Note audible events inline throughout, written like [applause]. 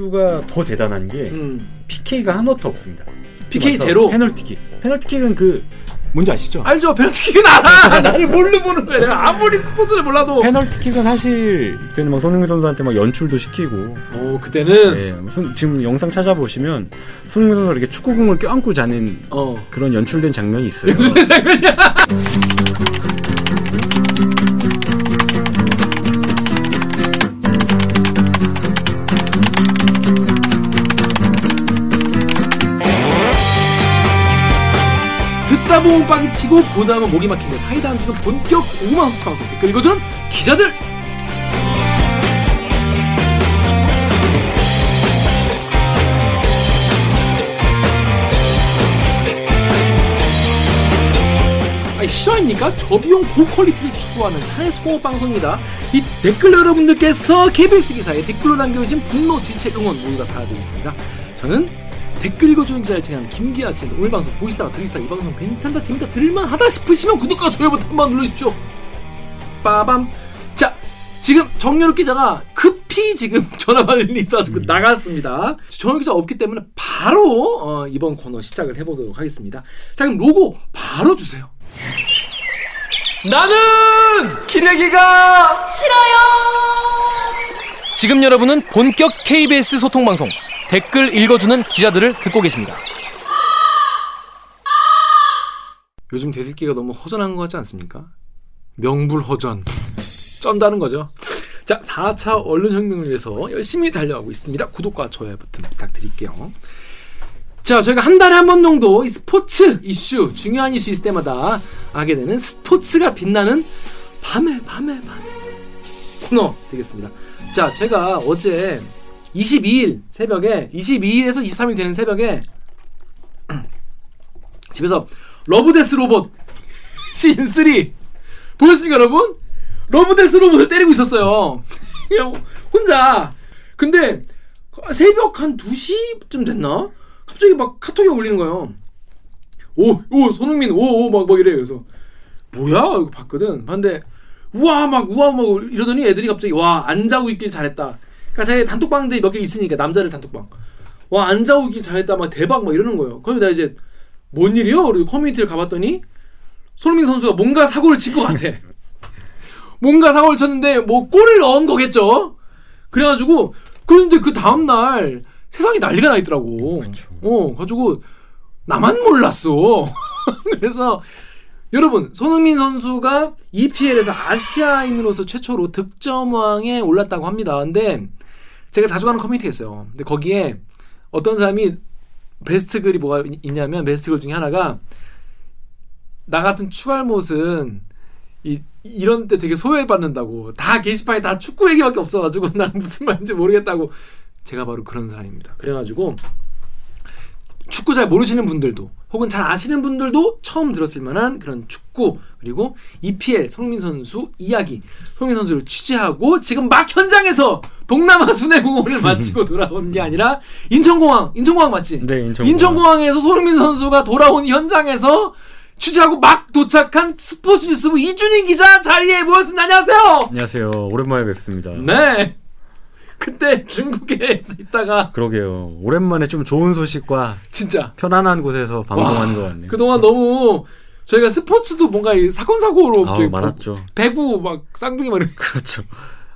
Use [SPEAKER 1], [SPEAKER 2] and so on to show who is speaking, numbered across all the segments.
[SPEAKER 1] 선수가 더 대단한 게
[SPEAKER 2] 음.
[SPEAKER 1] PK가 하나도 없습니다.
[SPEAKER 2] PK
[SPEAKER 1] 맞죠?
[SPEAKER 2] 제로.
[SPEAKER 1] 페널티킥. 페널티킥은 그 뭔지 아시죠?
[SPEAKER 2] 알죠? 페널티킥은 알아. [laughs] 나를 뭘로 보는 거야? 내가 아무리 스포츠를 몰라도.
[SPEAKER 1] 페널티킥은 사실 그때는 막 손흥민 선수한테 막 연출도 시키고
[SPEAKER 2] 오 어, 그때는
[SPEAKER 1] 예, 손- 지금 영상 찾아보시면 손흥민 선수가 이렇게 축구공을 껴안고 자는
[SPEAKER 2] 어
[SPEAKER 1] 그런 연출된 장면이
[SPEAKER 2] [laughs]
[SPEAKER 1] 있어요.
[SPEAKER 2] 무슨 장면이야? 듣다 보면 빵이 치고 보다 보면 목이 막히는 사이다 한 주는 본격 오만 흑차 방송 댓글 읽어주는 기자들 아니 실화입니까? 저비용 고퀄리티를 추구하는 사회소호 방송입니다. 이 댓글 여러분들께서 KBS 기사에 댓글로 남겨주신 분노, 질책, 응원 모두 다 받아들고 있습니다. 저는 댓글 읽어주는 기자를 진행하는 김기아 기자 오늘 방송 보시다가 들으시다가 이 방송 괜찮다, 재밌다, 들을만하다 싶으시면 구독과 좋아요 버튼 한번 눌러주십시오. 빠밤. 자, 지금 정유롭 기자가 급히 지금 [laughs] 전화 받을 일이 있어가지고 나갔습니다. 정유롭 기자 없기 때문에 바로 어, 이번 코너 시작을 해보도록 하겠습니다. 자, 그럼 로고 바로 주세요.
[SPEAKER 3] 나는 기레기가 싫어요. 지금 여러분은 본격 KBS 소통 방송 댓글 읽어주는 기자들을 듣고 계십니다.
[SPEAKER 2] 요즘 대들기가 너무 허전한 것 같지 않습니까? 명불허전. 쩐다는 거죠. 자, 4차 언론혁명을 위해서 열심히 달려가고 있습니다. 구독과 좋아요 버튼 부탁드릴게요. 자, 저희가 한 달에 한 번 정도 이 스포츠 이슈, 중요한 이슈 있을 때마다 하게 되는 스포츠가 빛나는 밤에, 밤에, 밤에 코너 되겠습니다. 자, 제가 어제 22일 새벽에, 22일에서 23일 되는 새벽에 [clears throat] 집에서 러브데스 로봇 시즌 3 보셨습니까 여러분? 러브데스 로봇을 때리고 있었어요 [laughs] 그냥 혼자 근데 새벽 한 2시쯤 됐나? 갑자기 막 카톡이 막 울리는 거예요 오, 오, 손흥민, 오, 오, 막, 막 이래. 그래서, 뭐야? 이거 봤거든. 봤는데, 우와, 막, 우와, 막 이러더니 애들이 갑자기, 와, 안 자고 있길 잘했다. 그니까 자기 단톡방들이 몇 개 있으니까, 남자들 단톡방. 와, 안 자고 있길 잘했다. 막 대박, 막 이러는 거예요. 그래서 내가 이제, 뭔 일이요? 우리 커뮤니티를 가봤더니, 손흥민 선수가 뭔가 사고를 친 것 같아. 뭔가 사고를 쳤는데, 뭐, 골을 넣은 거겠죠? 그래가지고, 그런데 그 다음날, 세상이 난리가 나 있더라고. 어, 가지고, 나만 몰랐어. [laughs] 그래서 여러분 손흥민 선수가 EPL에서 아시아인으로서 최초로 득점왕에 올랐다고 합니다. 근데 제가 자주 가는 커뮤니티가 있어요. 근데 거기에 어떤 사람이 베스트 글이 뭐가 있- 있냐면 베스트 글 중에 하나가 나 같은 추알못은 이, 이런 때 되게 소외받는다고 다 게시판에 다 축구 얘기밖에 없어가지고 [laughs] 난 무슨 말인지 모르겠다고 제가 바로 그런 사람입니다. 그래가지고 축구 잘 모르시는 분들도 혹은 잘 아시는 분들도 처음 들었을 만한 그런 축구 그리고 E EPL 손흥민 선수 이야기 손흥민 선수를 취재하고 지금 막 현장에서
[SPEAKER 1] [laughs]
[SPEAKER 2] 동남아 순회공원을 마치고 돌아온 게 아니라 인천공항 인천공항 맞지?
[SPEAKER 1] 네, 인천공항.
[SPEAKER 2] 인천공항에서 손흥민 선수가 돌아온 현장에서 취재하고 막 도착한 스포츠 뉴스부 이준희 기자 자리에 모였습니다. 안녕하세요.
[SPEAKER 1] 안녕하세요. 오랜만에 뵙습니다.
[SPEAKER 2] 네. 그때 중국에 있다가
[SPEAKER 1] 그러게요. 오랜만에 좀 좋은 소식과
[SPEAKER 2] 진짜
[SPEAKER 1] 편안한 곳에서 방송하는 것 같네요.
[SPEAKER 2] 그동안 너무 저희가 스포츠도 뭔가 이 사건 사고로
[SPEAKER 1] 아우,
[SPEAKER 2] 저기
[SPEAKER 1] 많았죠. [laughs]
[SPEAKER 2] 배구 막 쌍둥이 막 이런
[SPEAKER 1] 그렇죠.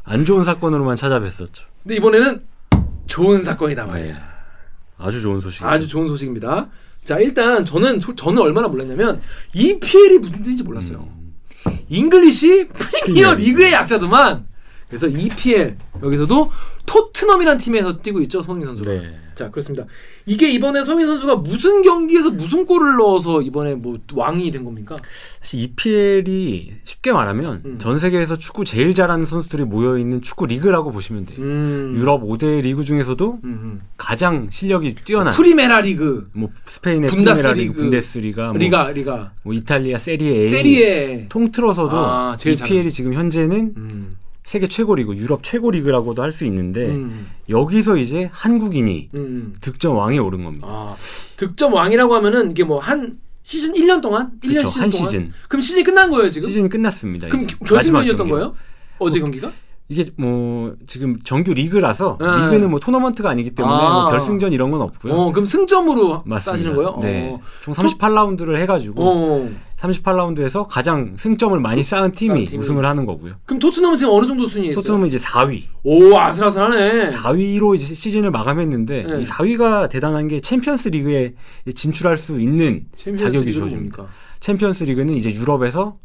[SPEAKER 1] 안 좋은 사건으로만 찾아뵀었죠.
[SPEAKER 2] 근데 이번에는 좋은 사건이다 말이야.
[SPEAKER 1] 네. 아주 좋은 소식.
[SPEAKER 2] 아주 좋은 소식입니다. 자, 일단 저는 소- 저는 얼마나 몰랐냐면 EPL이 무슨 뜻인지 몰랐어요.
[SPEAKER 1] 음.
[SPEAKER 2] 잉글리시 프리미어
[SPEAKER 1] 프리미어
[SPEAKER 2] 리그의 약자더만. 그래서 EPL 여기서도 토트넘이란 팀에서 뛰고 있죠, 손흥민 선수가.
[SPEAKER 1] 네.
[SPEAKER 2] 자, 그렇습니다. 이게 이번에 손흥민 선수가 무슨 경기에서 무슨 골을 넣어서 이번에 뭐 왕이 된 겁니까?
[SPEAKER 1] 사실 EPL이 쉽게 말하면
[SPEAKER 2] 음.
[SPEAKER 1] 전 세계에서 축구 제일 잘하는 선수들이 모여 있는 축구 리그라고 보시면 돼요.
[SPEAKER 2] 음.
[SPEAKER 1] 유럽 5대 리그 중에서도
[SPEAKER 2] 음, 음.
[SPEAKER 1] 가장 실력이 뛰어난
[SPEAKER 2] 프리메라 리그,
[SPEAKER 1] 뭐 스페인의
[SPEAKER 2] 분다스리그,
[SPEAKER 1] 프리메라 리그, 분데스리가, 뭐,
[SPEAKER 2] 리가 리가,
[SPEAKER 1] 뭐 이탈리아 네. 세리에 A
[SPEAKER 2] 세리에.
[SPEAKER 1] 통틀어서도
[SPEAKER 2] 아, 제일
[SPEAKER 1] EPL이 지금 현재는
[SPEAKER 2] 음.
[SPEAKER 1] 세계 최고 리그, 유럽 최고 리그라고도 할 수 있는데
[SPEAKER 2] 음.
[SPEAKER 1] 여기서 이제 한국인이
[SPEAKER 2] 음.
[SPEAKER 1] 득점 왕에 오른 겁니다.
[SPEAKER 2] 아, 득점 왕이라고 하면은 이게 뭐 한 시즌 1년 동안? 1년
[SPEAKER 1] 그쵸,
[SPEAKER 2] 시즌
[SPEAKER 1] 한
[SPEAKER 2] 동안?
[SPEAKER 1] 시즌.
[SPEAKER 2] 그럼 시즌이 끝난 거예요, 지금?
[SPEAKER 1] 시즌 끝났습니다.
[SPEAKER 2] 그럼
[SPEAKER 1] 이제.
[SPEAKER 2] 겨- 결승전이었던
[SPEAKER 1] 마지막 경기로.
[SPEAKER 2] 거예요? 어제 경기가?
[SPEAKER 1] 이게 뭐 지금 정규 리그라서
[SPEAKER 2] 네.
[SPEAKER 1] 리그는 뭐 토너먼트가 아니기 때문에
[SPEAKER 2] 아.
[SPEAKER 1] 뭐 결승전 이런 건 없고요.
[SPEAKER 2] 어, 그럼 승점으로
[SPEAKER 1] 맞습니다.
[SPEAKER 2] 따지는 거예요?
[SPEAKER 1] 네. 총 38라운드를
[SPEAKER 2] 어.
[SPEAKER 1] 해가지고
[SPEAKER 2] 어.
[SPEAKER 1] 38라운드에서 가장 승점을 많이 쌓은 팀이
[SPEAKER 2] 쌓은 팀이.
[SPEAKER 1] 우승을 하는 거고요.
[SPEAKER 2] 그럼 토트넘은 지금 어느 정도 순위에 있어요?
[SPEAKER 1] 토트넘은 이제 4위,
[SPEAKER 2] 오, 아슬아슬하네.
[SPEAKER 1] 4위로 이제 시즌을 마감했는데
[SPEAKER 2] 네.
[SPEAKER 1] 이 4위가 대단한 게 챔피언스 리그에 진출할 수 있는
[SPEAKER 2] 챔피언스
[SPEAKER 1] 자격이
[SPEAKER 2] 리그는
[SPEAKER 1] 주어집니다.
[SPEAKER 2] 뭡니까?
[SPEAKER 1] 챔피언스 리그는 이제 유럽에서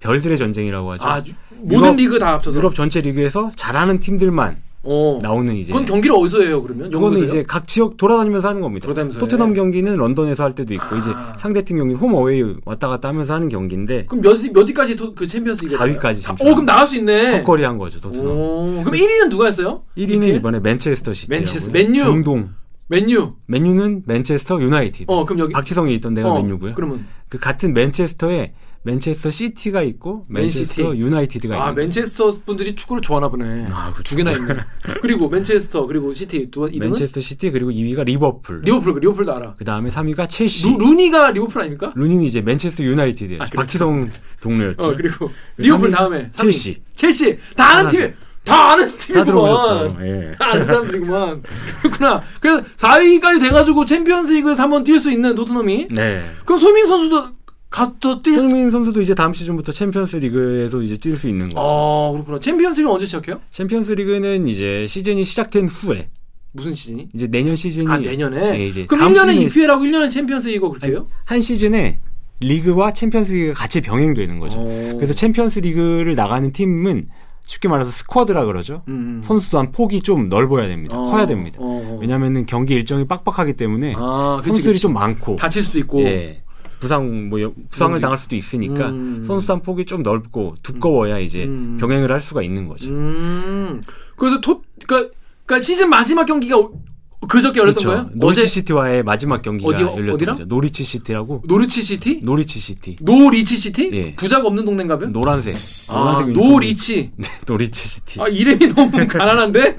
[SPEAKER 1] 별들의 전쟁이라고 하죠.
[SPEAKER 2] 아, 주- 모든 리그 다 합쳐서.
[SPEAKER 1] 그렇죠. 유럽 전체 리그에서 잘하는 팀들만
[SPEAKER 2] 어.
[SPEAKER 1] 나오는 이제
[SPEAKER 2] 그건 경기를 어디서 해요, 그러면?
[SPEAKER 1] 이거는
[SPEAKER 2] 영국에서요?
[SPEAKER 1] 이제 각 지역 돌아다니면서 하는 겁니다.
[SPEAKER 2] 돌아다니면서
[SPEAKER 1] 토트넘
[SPEAKER 2] 해.
[SPEAKER 1] 경기는 런던에서 할 때도 있고
[SPEAKER 2] 아.
[SPEAKER 1] 이제 상대팀 경기는 홈 어웨이 왔다 갔다 하면서 하는 경기인데
[SPEAKER 2] 그럼 몇, 몇 위까지 토- 그 챔피언스 리그?
[SPEAKER 1] 4위까지
[SPEAKER 2] 오,
[SPEAKER 1] 진출.
[SPEAKER 2] 어, 그럼 나갈 수 있네.
[SPEAKER 1] 턱걸이 한 거죠 토트넘.
[SPEAKER 2] 오, 그럼 1위는 누가 했어요?
[SPEAKER 1] 1위는
[SPEAKER 2] 이렇게?
[SPEAKER 1] 이번에 맨체스터 시티.
[SPEAKER 2] 맨체스- 맨유!
[SPEAKER 1] 중동.
[SPEAKER 2] 맨유.
[SPEAKER 1] 맨유는 맨체스터 유나이티드.
[SPEAKER 2] 어, 그럼 여기.
[SPEAKER 1] 박지성이 있던 데가
[SPEAKER 2] 어,
[SPEAKER 1] 아, 맨유고요. 그
[SPEAKER 2] 그러면.
[SPEAKER 1] 같은 맨체스터에 맨체스터 시티가 있고 맨체스터
[SPEAKER 2] 맨시티.
[SPEAKER 1] 유나이티드가
[SPEAKER 2] 아,
[SPEAKER 1] 있는.
[SPEAKER 2] 맨체스터 분들이 축구를 좋아하나 보네.
[SPEAKER 1] 네. 아, 그
[SPEAKER 2] 두 개나 있네. 그리고 맨체스터, 그리고 시티 두 이름은?
[SPEAKER 1] [laughs] 맨체스터 시티 그리고 2위가 리버풀.
[SPEAKER 2] 리버풀, 그 리버풀도 알아.
[SPEAKER 1] 그 다음에 3위가 첼시.
[SPEAKER 2] 루, 루니가 리버풀 아닙니까?
[SPEAKER 1] 루니는 이제 맨체스터 유나이티드.
[SPEAKER 2] 아, 그렇죠.
[SPEAKER 1] 박지성 동료였죠.
[SPEAKER 2] 어, 그리고
[SPEAKER 1] 그렇죠.
[SPEAKER 2] 리버풀
[SPEAKER 1] 삼위,
[SPEAKER 2] 다음에. 삼위.
[SPEAKER 1] 첼시.
[SPEAKER 2] 첼시. 다 아는
[SPEAKER 1] 다
[SPEAKER 2] 팀. 다 아는
[SPEAKER 1] 다
[SPEAKER 2] 팀이구만.
[SPEAKER 1] 들어보셨죠. 예.
[SPEAKER 2] 다 아는 사람들이구만. 그렇구나. 그래서 4위까지 돼가지고 챔피언스 리그에서 한번 뛸 수 있는 토트넘이.
[SPEAKER 1] 네.
[SPEAKER 2] 그럼 소민 선수도 가서 뛸 수.
[SPEAKER 1] 손흥민 선수도 이제 다음 시즌부터 챔피언스 리그에서 이제 뛸 수 있는 거. 죠
[SPEAKER 2] 아, 그렇구나. 챔피언스 리그 언제 시작해요?
[SPEAKER 1] 챔피언스 리그는 이제 시즌이 시작된 후에
[SPEAKER 2] 무슨 시즌이?
[SPEAKER 1] 이제 내년 시즌이
[SPEAKER 2] 아, 내년에?
[SPEAKER 1] 예, 이제
[SPEAKER 2] 그럼
[SPEAKER 1] 다음
[SPEAKER 2] 1년에 E
[SPEAKER 1] 시즌에-
[SPEAKER 2] EPL하고 1년에 챔피언스 리그 그렇게 해요?
[SPEAKER 1] 한 시즌에 리그와 챔피언스 리그가 같이 병행되는 거죠.
[SPEAKER 2] 어.
[SPEAKER 1] 그래서 챔피언스 리그를 나가는 팀은 쉽게 말해서 스쿼드라 그러죠.
[SPEAKER 2] 음, 음.
[SPEAKER 1] 선수단 폭이 좀 넓어야 됩니다.
[SPEAKER 2] 어,
[SPEAKER 1] 커야 됩니다.
[SPEAKER 2] 어, 어.
[SPEAKER 1] 왜냐면은 경기 일정이 빡빡하기 때문에
[SPEAKER 2] 아, 그치,
[SPEAKER 1] 선수들이
[SPEAKER 2] 그치.
[SPEAKER 1] 좀 많고
[SPEAKER 2] 다칠 수도 있고.
[SPEAKER 1] 예. 부상 뭐 여- 부상을
[SPEAKER 2] 음.
[SPEAKER 1] 당할 수도 있으니까
[SPEAKER 2] 음.
[SPEAKER 1] 선수단 폭이 좀 넓고 두꺼워야 이제
[SPEAKER 2] 음.
[SPEAKER 1] 병행을 할 수가 있는 거죠.
[SPEAKER 2] 음. 그래서 토, 그니까, 그니까 시즌 마지막 경기가 오- 그저께 열렸던 거예요?
[SPEAKER 1] 그렇죠. 노리치
[SPEAKER 2] 어제
[SPEAKER 1] 시티와의 마지막 경기가
[SPEAKER 2] 어디요?
[SPEAKER 1] 열렸던
[SPEAKER 2] 어디랑?
[SPEAKER 1] 거죠. 노리치 시티라고
[SPEAKER 2] 노리치 시티?
[SPEAKER 1] 노리치 시티
[SPEAKER 2] 노리치 시티?
[SPEAKER 1] 예.
[SPEAKER 2] 부자가 없는 동네인가요?
[SPEAKER 1] 노란색
[SPEAKER 2] 아,
[SPEAKER 1] 노란색 유니폼.
[SPEAKER 2] 노리치.
[SPEAKER 1] [laughs] 네, 노리치 시티.
[SPEAKER 2] 아, 이름이 너무 가난한데?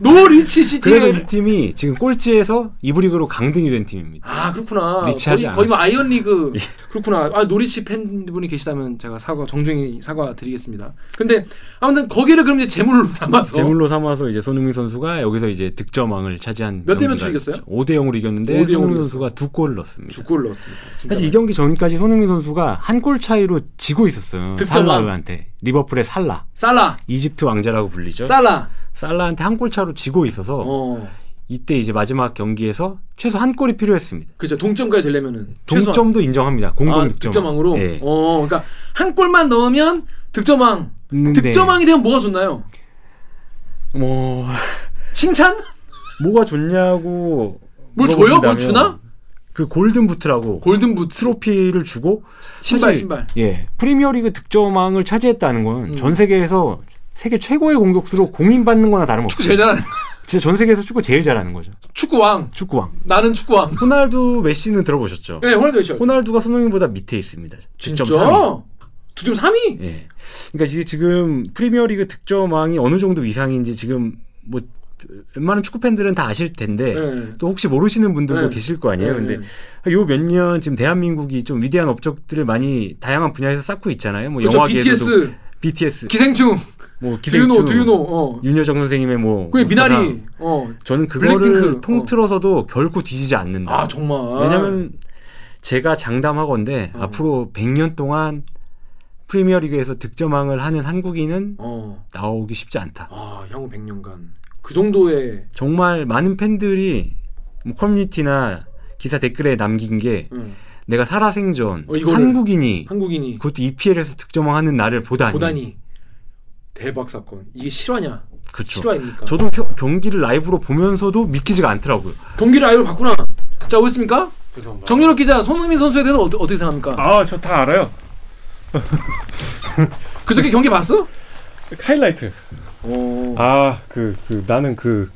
[SPEAKER 2] 노리치 시티.
[SPEAKER 1] 그래서 이 팀이 지금 꼴찌에서 이브리그로 강등이 된 팀입니다.
[SPEAKER 2] 아, 그렇구나.
[SPEAKER 1] 리치하지 예.
[SPEAKER 2] 거의, 거의 뭐 아이언리그. 그렇구나. 아, 노리치 팬분이 계시다면 제가 사과, 정중히 사과드리겠습니다. 근데, 아무튼 거기를 그럼 이제 재물로 삼아서.
[SPEAKER 1] 제물로 삼아서 이제 손흥민 선수가 여기서 이제 득점왕을 차지한
[SPEAKER 2] 몇대몇으로 이겼어요?
[SPEAKER 1] 5대 0으로 이겼는데
[SPEAKER 2] 5대 0으로
[SPEAKER 1] 손흥민
[SPEAKER 2] 이겼어요.
[SPEAKER 1] 선수가 두 골을 넣었습니다.
[SPEAKER 2] 두 골을 넣었습니다. 진짜
[SPEAKER 1] 사실 이 경기 전까지 손흥민 선수가 한 골 차이로 지고 있었어요.
[SPEAKER 2] 득점왕.
[SPEAKER 1] 살라한테 리버풀의 살라
[SPEAKER 2] 살라,
[SPEAKER 1] 이집트 왕자라고 불리죠.
[SPEAKER 2] 살라.
[SPEAKER 1] 살라한테 한 골 차로 지고 있어서
[SPEAKER 2] 어,
[SPEAKER 1] 이때 이제 마지막 경기에서 최소 한 골이 필요했습니다.
[SPEAKER 2] 그죠. 동점까지 되려면은
[SPEAKER 1] 동점도
[SPEAKER 2] 최소한.
[SPEAKER 1] 인정합니다. 공동
[SPEAKER 2] 아,
[SPEAKER 1] 득점.
[SPEAKER 2] 득점왕으로.
[SPEAKER 1] 예.
[SPEAKER 2] 어, 그러니까 한 골만 넣으면 득점왕.
[SPEAKER 1] 있는데
[SPEAKER 2] 득점왕이 되면 뭐가 좋나요?
[SPEAKER 1] 뭐
[SPEAKER 2] 칭찬?
[SPEAKER 1] 뭐가 좋냐고
[SPEAKER 2] 뭘 줘요? 뭘
[SPEAKER 1] 물어보신다면
[SPEAKER 2] 주나?
[SPEAKER 1] 그 골든 부트라고
[SPEAKER 2] 골든 부츠.
[SPEAKER 1] 트로피를 주고
[SPEAKER 2] 신발,
[SPEAKER 1] 사실,
[SPEAKER 2] 신발.
[SPEAKER 1] 예 프리미어리그 득점왕을 차지했다는 건
[SPEAKER 2] 음.
[SPEAKER 1] 전 세계에서 세계 최고의 공격수로 공인받는 거나
[SPEAKER 2] 축구
[SPEAKER 1] 다름없어요.
[SPEAKER 2] 제일 잘하는 [laughs]
[SPEAKER 1] 진짜 전 세계에서 축구 제일 잘하는 거죠.
[SPEAKER 2] 축구왕.
[SPEAKER 1] 축구왕.
[SPEAKER 2] 나는 축구왕.
[SPEAKER 1] 호날두 메시는 들어보셨죠?
[SPEAKER 2] 네, 호날두 쇼.
[SPEAKER 1] 호날두가 손흥민보다 밑에 있습니다.
[SPEAKER 2] 진짜?
[SPEAKER 1] 득점 3위.
[SPEAKER 2] 2점 3위?
[SPEAKER 1] 예. 그러니까 이게 지금 프리미어리그 득점왕이 어느 정도 이상인지 지금 뭐 웬만한 축구 팬들은 다 아실 텐데
[SPEAKER 2] 네.
[SPEAKER 1] 또 혹시 모르시는 분들도
[SPEAKER 2] 네.
[SPEAKER 1] 계실 거 아니에요.
[SPEAKER 2] 네.
[SPEAKER 1] 근데 뭐 요 몇 년 지금 대한민국이 좀 위대한 업적들을 많이 다양한 분야에서 쌓고 있잖아요. 뭐
[SPEAKER 2] 그렇죠.
[SPEAKER 1] 영화계에서도
[SPEAKER 2] BTS,
[SPEAKER 1] BTS,
[SPEAKER 2] 기생충,
[SPEAKER 1] 뭐 기생충, 음.
[SPEAKER 2] 두유노, 두유노. 어.
[SPEAKER 1] 윤여정 선생님의 뭐
[SPEAKER 2] 그게 미나리.
[SPEAKER 1] 사상.
[SPEAKER 2] 어.
[SPEAKER 1] 저는 그거를
[SPEAKER 2] 블랙핑크.
[SPEAKER 1] 통틀어서도 결코 뒤지지 않는다.
[SPEAKER 2] 아, 정말.
[SPEAKER 1] 왜냐면 제가 장담하건데
[SPEAKER 2] 어.
[SPEAKER 1] 앞으로 100년 동안 프리미어리그에서 득점왕을 하는 한국인은
[SPEAKER 2] 어.
[SPEAKER 1] 나오기 쉽지 않다.
[SPEAKER 2] 아, 향후 100년간 그 정도의
[SPEAKER 1] 정말 많은 팬들이 뭐 커뮤니티나 기사 댓글에 남긴 게
[SPEAKER 2] 응.
[SPEAKER 1] 내가 살아생전
[SPEAKER 2] 어, 이거를-
[SPEAKER 1] 음. 한국인이
[SPEAKER 2] 예, 한국인이
[SPEAKER 1] 그것도 EPL에서 득점왕하는 날을 보다니.
[SPEAKER 2] 보다니 대박 사건. 이게 실화냐?
[SPEAKER 1] 그쵸.
[SPEAKER 2] 실화입니까?
[SPEAKER 1] 저도 겨- 경기를 라이브로 보면서도 믿기지가 않더라고요.
[SPEAKER 2] 경기를 아예 봤구나. 자, 어딨습니까? 정윤호 기자, 손흥민 선수에 대해서 어떠, 어떻게 생각합니까?
[SPEAKER 4] 아, 저 다 알아요.
[SPEAKER 2] 그저께 경기 봤어?
[SPEAKER 4] 하이라이트.
[SPEAKER 2] 어.
[SPEAKER 4] 아, 그, 그, 나는 그,